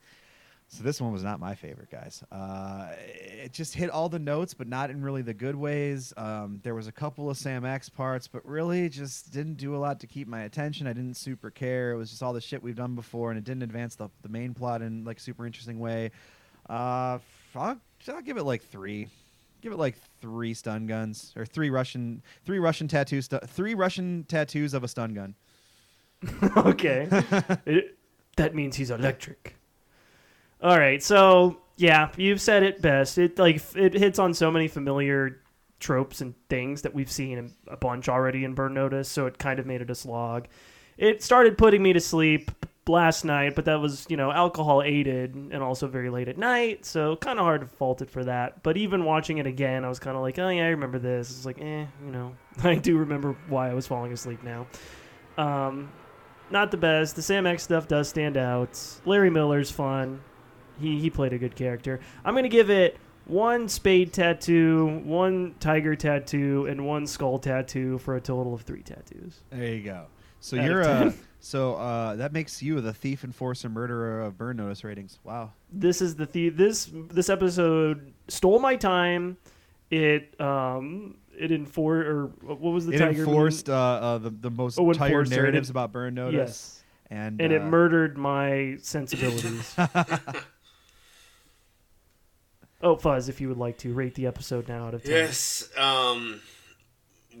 Speaker 1: so this one was not my favorite, guys. Uh, it just hit all the notes, but not in really the good ways. Um, there was a couple of Sam X parts, but really just didn't do a lot to keep my attention. I didn't super care. It was just all the shit we've done before, and it didn't advance the the main plot in like super interesting way. Uh, f- I'll, I'll give it like three. Give it like three stun guns or three Russian three Russian tattoos stu- three Russian tattoos of a stun gun.
Speaker 2: okay. It- that means he's electric. All right. So, yeah, you've said it best. It like f- it hits on so many familiar tropes and things that we've seen in- a bunch already in Burn Notice, so it kind of made it a slog. It started putting me to sleep last night, but that was, you know, alcohol aided and also very late at night, so kind of hard to fault it for that. But even watching it again, I was kind of like, "Oh yeah, I remember this." It's like, "Eh, you know, I do remember why I was falling asleep now." Um, not the best. The Sam X stuff does stand out. Larry Miller's fun. He he played a good character. I'm gonna give it one spade tattoo, one tiger tattoo, and one skull tattoo for a total of three tattoos.
Speaker 1: There you go. So
Speaker 2: Out of
Speaker 1: you're
Speaker 2: 10.
Speaker 1: uh, so uh, that makes you the thief, enforcer, murderer of burn notice ratings. Wow.
Speaker 2: This is the, the this this episode stole my time. It um it enfor or what was the
Speaker 1: it
Speaker 2: tiger?
Speaker 1: enforced uh, uh, the the most
Speaker 2: Oh,
Speaker 1: tired
Speaker 2: enforcer, it
Speaker 1: narratives
Speaker 2: en-
Speaker 1: about burn
Speaker 2: mean?
Speaker 1: notice.
Speaker 2: Yes,
Speaker 1: And
Speaker 2: and
Speaker 1: uh,
Speaker 2: it murdered my sensibilities. oh, fuzz! If you would like to rate the episode now out of ten.
Speaker 3: Yes. Um,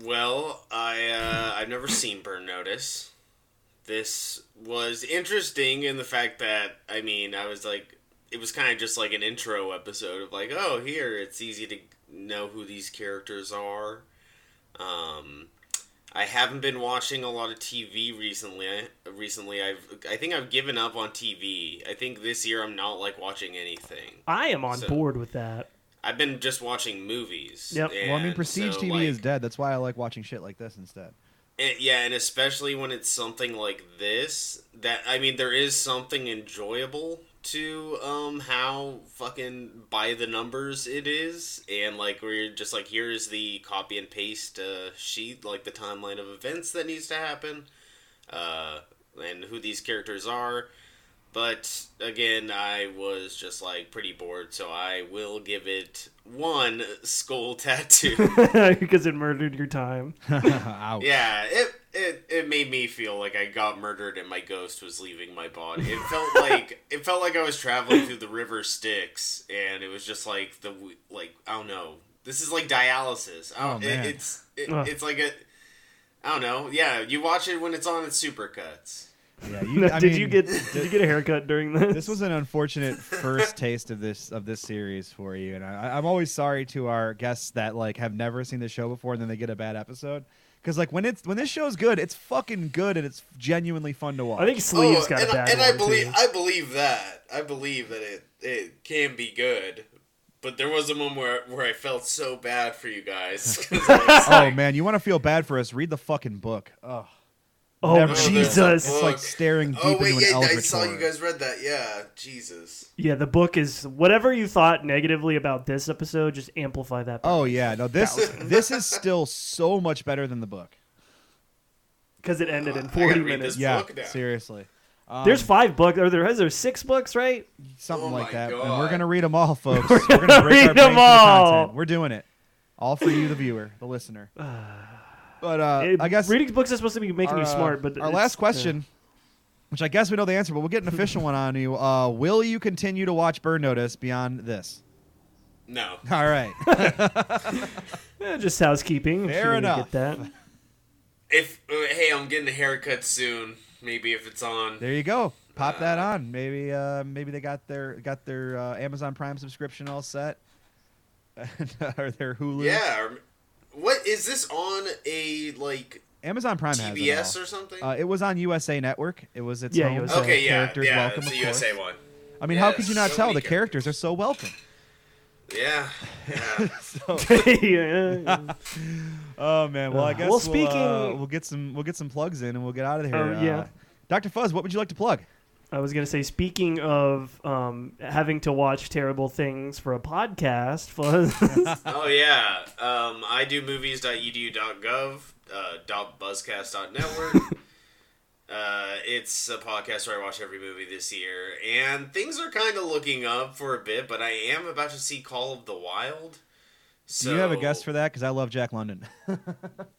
Speaker 3: well, I uh, I've never seen Burn Notice. This was interesting in the fact that I mean I was like it was kind of just like an intro episode of like oh here it's easy to know who these characters are. Um, I haven't been watching a lot of TV recently. I, recently, I've I think I've given up on TV. I think this year I'm not like watching anything.
Speaker 2: I am on
Speaker 3: So-
Speaker 2: board with that.
Speaker 3: I've been just watching movies.
Speaker 2: Yep.
Speaker 1: well, I mean,
Speaker 3: and
Speaker 1: prestige
Speaker 3: so,
Speaker 1: TV
Speaker 3: like,
Speaker 1: is dead. That's why I like watching shit like this instead.
Speaker 3: And- yeah, and especially when it's something like this, that I mean, there is something enjoyable to um how fucking by the numbers it is, and like where you're just like, here's the copy and paste uh, sheet, like the timeline of events that needs to happen, uh, and who these characters are. But again, I was just like pretty bored, so I will give it one skull tattoo.
Speaker 2: because it murdered your time. Oh.
Speaker 1: Ouch.
Speaker 3: Yeah, it, it it made me feel like I got murdered and my ghost was leaving my body. It felt like it felt like I was traveling through the river Styx, and it was just like the w- like I don't know. This is like dialysis. I
Speaker 1: Oh,
Speaker 3: don't- it-
Speaker 1: man.
Speaker 3: it's it,
Speaker 2: Ugh.
Speaker 3: it's like a I don't know. Yeah, you watch it when it's on its supercuts.
Speaker 1: Yeah, you, I
Speaker 2: did
Speaker 1: mean,
Speaker 2: you get did you get a haircut during this?
Speaker 1: this was an unfortunate first taste of this of this series for you, and I, I'm always sorry to our guests that like have never seen the show before and then they get a bad episode. Because like when it's when this show's good, it's fucking good and it's genuinely fun to watch.
Speaker 2: I think Sleeves
Speaker 3: Oh,
Speaker 2: got
Speaker 3: and,
Speaker 2: a bad
Speaker 3: and I
Speaker 2: one,
Speaker 3: believe
Speaker 2: too.
Speaker 3: I believe that I believe that it it can be good. But there was a moment where, where I felt so bad for you guys. 'cause I was
Speaker 1: Oh
Speaker 3: like,
Speaker 1: man, you want to feel bad for us? Read the fucking book. Oh,
Speaker 2: Oh
Speaker 1: Never-
Speaker 2: Jesus!
Speaker 1: It's like staring deep
Speaker 3: Oh wait,
Speaker 1: into
Speaker 3: yeah,
Speaker 1: an
Speaker 3: I
Speaker 1: eldritch
Speaker 3: saw you
Speaker 1: horror.
Speaker 3: guys read that. Yeah, Jesus.
Speaker 2: Yeah, the book is whatever you thought negatively about this episode. Just amplify that.
Speaker 1: Oh yeah, no this this is still so much better than the book.
Speaker 2: because it ended in
Speaker 3: I gotta
Speaker 2: forty
Speaker 3: read
Speaker 2: minutes.
Speaker 3: this.
Speaker 1: Yeah,
Speaker 3: Look now.
Speaker 1: seriously. Um,
Speaker 2: There's five books. Are there? Is there six books? Right?
Speaker 1: something
Speaker 3: Oh
Speaker 1: like
Speaker 3: my
Speaker 1: that, and
Speaker 3: God.
Speaker 1: we're gonna read them all, folks. we're gonna, break
Speaker 2: gonna
Speaker 1: our
Speaker 2: read 'em
Speaker 1: brains for the
Speaker 2: all.
Speaker 1: content. We're doing it, all for you, the viewer, the listener. But uh,
Speaker 2: It-
Speaker 1: I guess
Speaker 2: reading books is supposed to be making
Speaker 1: our,
Speaker 2: you
Speaker 1: uh,
Speaker 2: smart. But
Speaker 1: our
Speaker 2: it's-
Speaker 1: last question, which I guess we know the answer, but we'll get an official one on you. Uh, will you continue to watch Burn Notice beyond this?
Speaker 3: No.
Speaker 1: All right.
Speaker 2: yeah. Eh, just housekeeping. if
Speaker 1: Fair
Speaker 2: you didn't
Speaker 1: enough.
Speaker 2: Get that.
Speaker 3: If uh, hey, I'm getting a haircut soon. Maybe if it's on.
Speaker 1: There you go. Pop that on. Maybe uh, maybe they got their got their uh, Amazon Prime subscription all set, or their Hulu.
Speaker 3: Yeah. Or, what is this on a like
Speaker 1: Amazon Prime has it
Speaker 3: TBS
Speaker 1: all.
Speaker 3: or something?
Speaker 1: Uh, it was on USA Network. It was its
Speaker 2: Yeah,
Speaker 1: own
Speaker 2: USA.
Speaker 1: uh,
Speaker 3: okay, yeah,
Speaker 1: characters
Speaker 3: yeah,
Speaker 1: welcome.
Speaker 3: it's a
Speaker 1: of course.
Speaker 3: USA one.
Speaker 1: I mean, how could you not
Speaker 3: Yes, so
Speaker 1: tell?
Speaker 3: many
Speaker 1: The characters are so welcome.
Speaker 3: Yeah, yeah.
Speaker 1: So,
Speaker 2: yeah.
Speaker 1: oh man. Well, I
Speaker 2: Uh,
Speaker 1: guess
Speaker 2: well,
Speaker 1: we'll, uh,
Speaker 2: speaking-
Speaker 1: we'll get some we'll get some plugs in and we'll get out of here.
Speaker 2: Oh, yeah.
Speaker 1: Uh, Dr. Fuzz, what would you like to plug?
Speaker 2: I was gonna say, speaking of um, having to watch terrible things for a podcast, Fuzz,
Speaker 3: Oh yeah. Um, I do E movies.edu.gov. Uh, dot buzzcast.network. uh, it's a podcast where I watch every movie this year, and things are kind of looking up for a bit. But I am about to see Call of the Wild. So
Speaker 1: Do you have a guess for that? Because I love Jack London.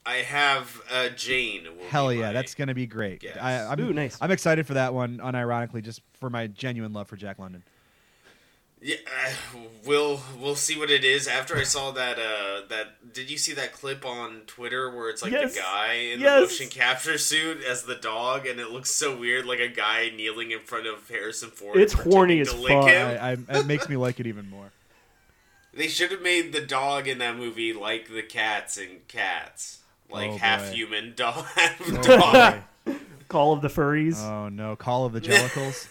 Speaker 3: I have uh, Jane. will be
Speaker 1: Hell yeah,
Speaker 3: my-
Speaker 1: that's gonna be great.
Speaker 3: guess.
Speaker 1: I, I'm,
Speaker 2: Ooh, nice.
Speaker 1: I'm excited for that one, unironically, just for my genuine love for Jack London.
Speaker 3: Yeah, uh, we'll we'll see what it is after I saw that. Uh, that did you see that clip on Twitter where it's like
Speaker 2: Yes.
Speaker 3: the guy in
Speaker 2: Yes.
Speaker 3: the motion capture suit as the dog, and it looks so weird, like a guy kneeling in front of Harrison Ford.
Speaker 2: It's
Speaker 3: pretending
Speaker 2: horny
Speaker 3: to
Speaker 2: as
Speaker 3: lick
Speaker 2: fuck.
Speaker 1: I,
Speaker 3: him.
Speaker 1: I, it makes me like it even more.
Speaker 3: They should have made the dog in that movie like the cats in Cats, like
Speaker 1: Oh,
Speaker 3: half
Speaker 1: boy.
Speaker 3: human dog, half dog.
Speaker 1: Oh,
Speaker 2: Call of the Furries.
Speaker 1: boy. Oh, no, Call of the Jellicles.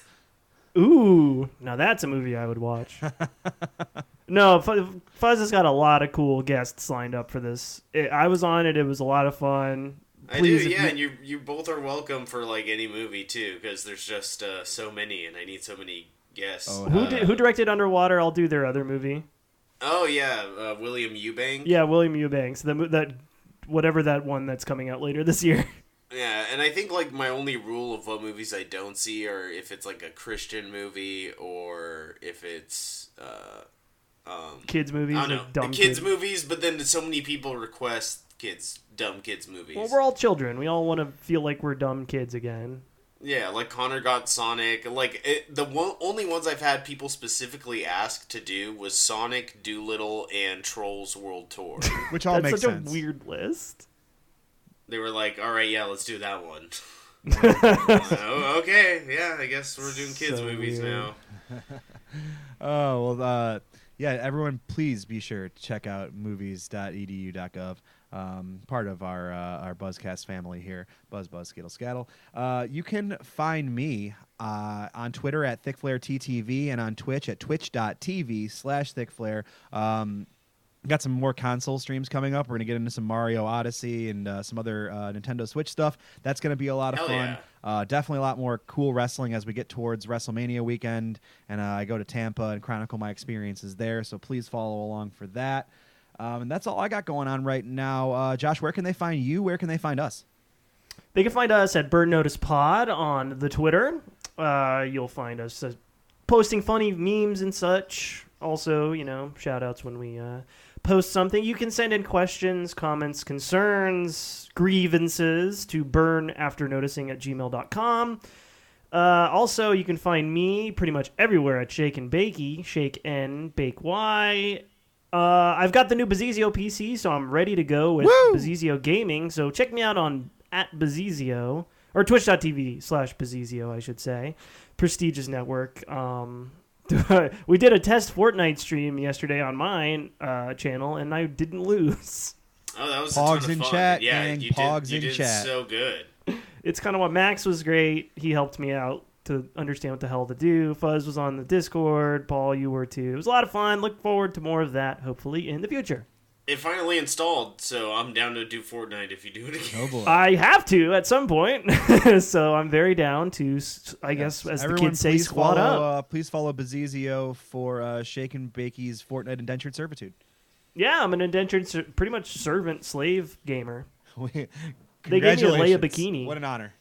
Speaker 2: Ooh, now that's a movie I would watch. no, Fu- Fuzz has got a lot of cool guests lined up for this. I I was on it; it was a lot of fun.
Speaker 3: I do,
Speaker 2: Please, if
Speaker 3: yeah,
Speaker 2: you-
Speaker 3: and you you both are welcome for like any movie too, because there's just uh, so many, and I need so many guests.
Speaker 1: Oh,
Speaker 2: who
Speaker 3: Uh,
Speaker 2: di- who directed Underwater? I'll do their other movie.
Speaker 3: Oh yeah, uh, William Eubank.
Speaker 2: Yeah, William Eubanks. The mo- that whatever that one that's coming out later this year.
Speaker 3: Yeah, and I think like my only rule of what movies I don't see are if it's like a Christian movie or if it's uh, um,
Speaker 2: Kids movies.
Speaker 3: I don't
Speaker 2: with
Speaker 3: know,
Speaker 2: dumb
Speaker 3: kids
Speaker 2: kids.
Speaker 3: movies. But then so many people request kids dumb kids movies.
Speaker 2: Well, we're all children. We all want to feel like we're dumb kids again.
Speaker 3: yeah, like Connor got Sonic. Like it, the one, only ones I've had people specifically ask to do was Sonic, Doolittle, and Trolls World Tour.
Speaker 1: Which all
Speaker 2: that's
Speaker 1: makes
Speaker 2: such
Speaker 1: sense.
Speaker 2: a weird list.
Speaker 3: they were like, "All right, yeah, let's do that one." oh, okay, yeah, I guess we're doing kids
Speaker 2: So
Speaker 3: movies
Speaker 2: weird.
Speaker 3: now.
Speaker 1: Oh well, uh, yeah. Everyone, please be sure to check out E movies.edu.gov. Um, part of our uh, our Buzzcast family here, Buzz Buzz Skittle Scattle. Uh, you can find me uh, on Twitter at ThickFlareTTV and on Twitch at twitch.tv slash ThickFlare. Um, got some more console streams coming up. We're gonna get into some Mario Odyssey and uh, some other uh, Nintendo Switch stuff. That's gonna be a lot of
Speaker 3: Hell
Speaker 1: fun.
Speaker 3: yeah.
Speaker 1: Uh, definitely a lot more cool wrestling as we get towards WrestleMania weekend, and uh, I go to Tampa and chronicle my experiences there. So please follow along for that. Um, and that's all I got going on right now. Uh, Josh, where can they find you? Where can they find us?
Speaker 2: They can find us at Bird Notice Pod on the Twitter. Uh, you'll find us uh, posting funny memes and such. Also, you know, shout outs when we uh, post something. You can send in questions, comments, concerns, grievances to burnafternoticing at gmail.com. Uh, also, you can find me pretty much everywhere at Shake and Bakey, Shake and Bake Y. Uh, I've got the new Bezizio PC, so I'm ready to go with
Speaker 1: Woo!
Speaker 2: Bezizio Gaming. So check me out on at Bezizio or twitch.tv slash Bezizio, I should say. Prestigious network. Um, we did a test Fortnite stream yesterday on mine uh, channel, and I didn't lose.
Speaker 3: Oh, that was
Speaker 1: Pogs
Speaker 3: a
Speaker 1: in
Speaker 3: ton of fun.
Speaker 1: chat,
Speaker 3: yeah,
Speaker 1: gang,
Speaker 3: you
Speaker 1: pogs
Speaker 3: did, you
Speaker 1: in
Speaker 3: did
Speaker 1: chat.
Speaker 3: so good.
Speaker 2: it's kind of what Max was great. He helped me out to understand what the hell to do. Fuzz was on the Discord. Paul, you were too. It was a lot of fun. Look forward to more of that, hopefully, in the future.
Speaker 3: It finally installed, so I'm down to do Fortnite if you do it again.
Speaker 1: Oh boy.
Speaker 2: I have to at some point, so I'm very down to, s- I guess, as the
Speaker 1: Everyone,
Speaker 2: kids say,
Speaker 1: please
Speaker 2: squat
Speaker 1: follow,
Speaker 2: up.
Speaker 1: Uh, please follow Bazizio for uh, Shake and Bakey's Fortnite Indentured Servitude.
Speaker 2: Yeah, I'm an indentured, ser- pretty much servant slave gamer.
Speaker 1: they
Speaker 2: They gave me a Leia bikini.
Speaker 1: What an honor.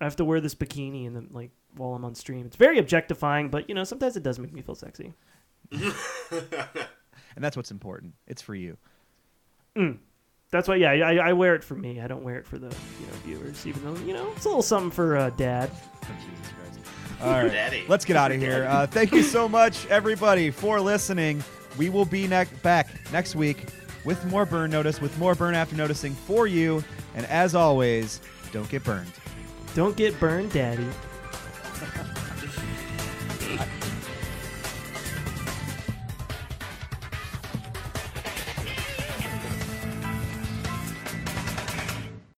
Speaker 2: I have to wear this bikini and then like while I'm on stream. It's very objectifying, but you know sometimes it does make me feel sexy.
Speaker 1: And that's what's important. It's for you.
Speaker 2: That's why, yeah, I, I wear it for me. I don't wear it for the you know viewers, even though you know it's a little something for uh, dad.
Speaker 1: Oh, Jesus Christ. All right.
Speaker 3: Daddy.
Speaker 1: Let's get out of here. Uh, thank you so much, everybody, for listening. We will be ne- back next week with more burn notice, with more burn after noticing for you. And as always, don't get burned.
Speaker 2: Don't get burned, daddy.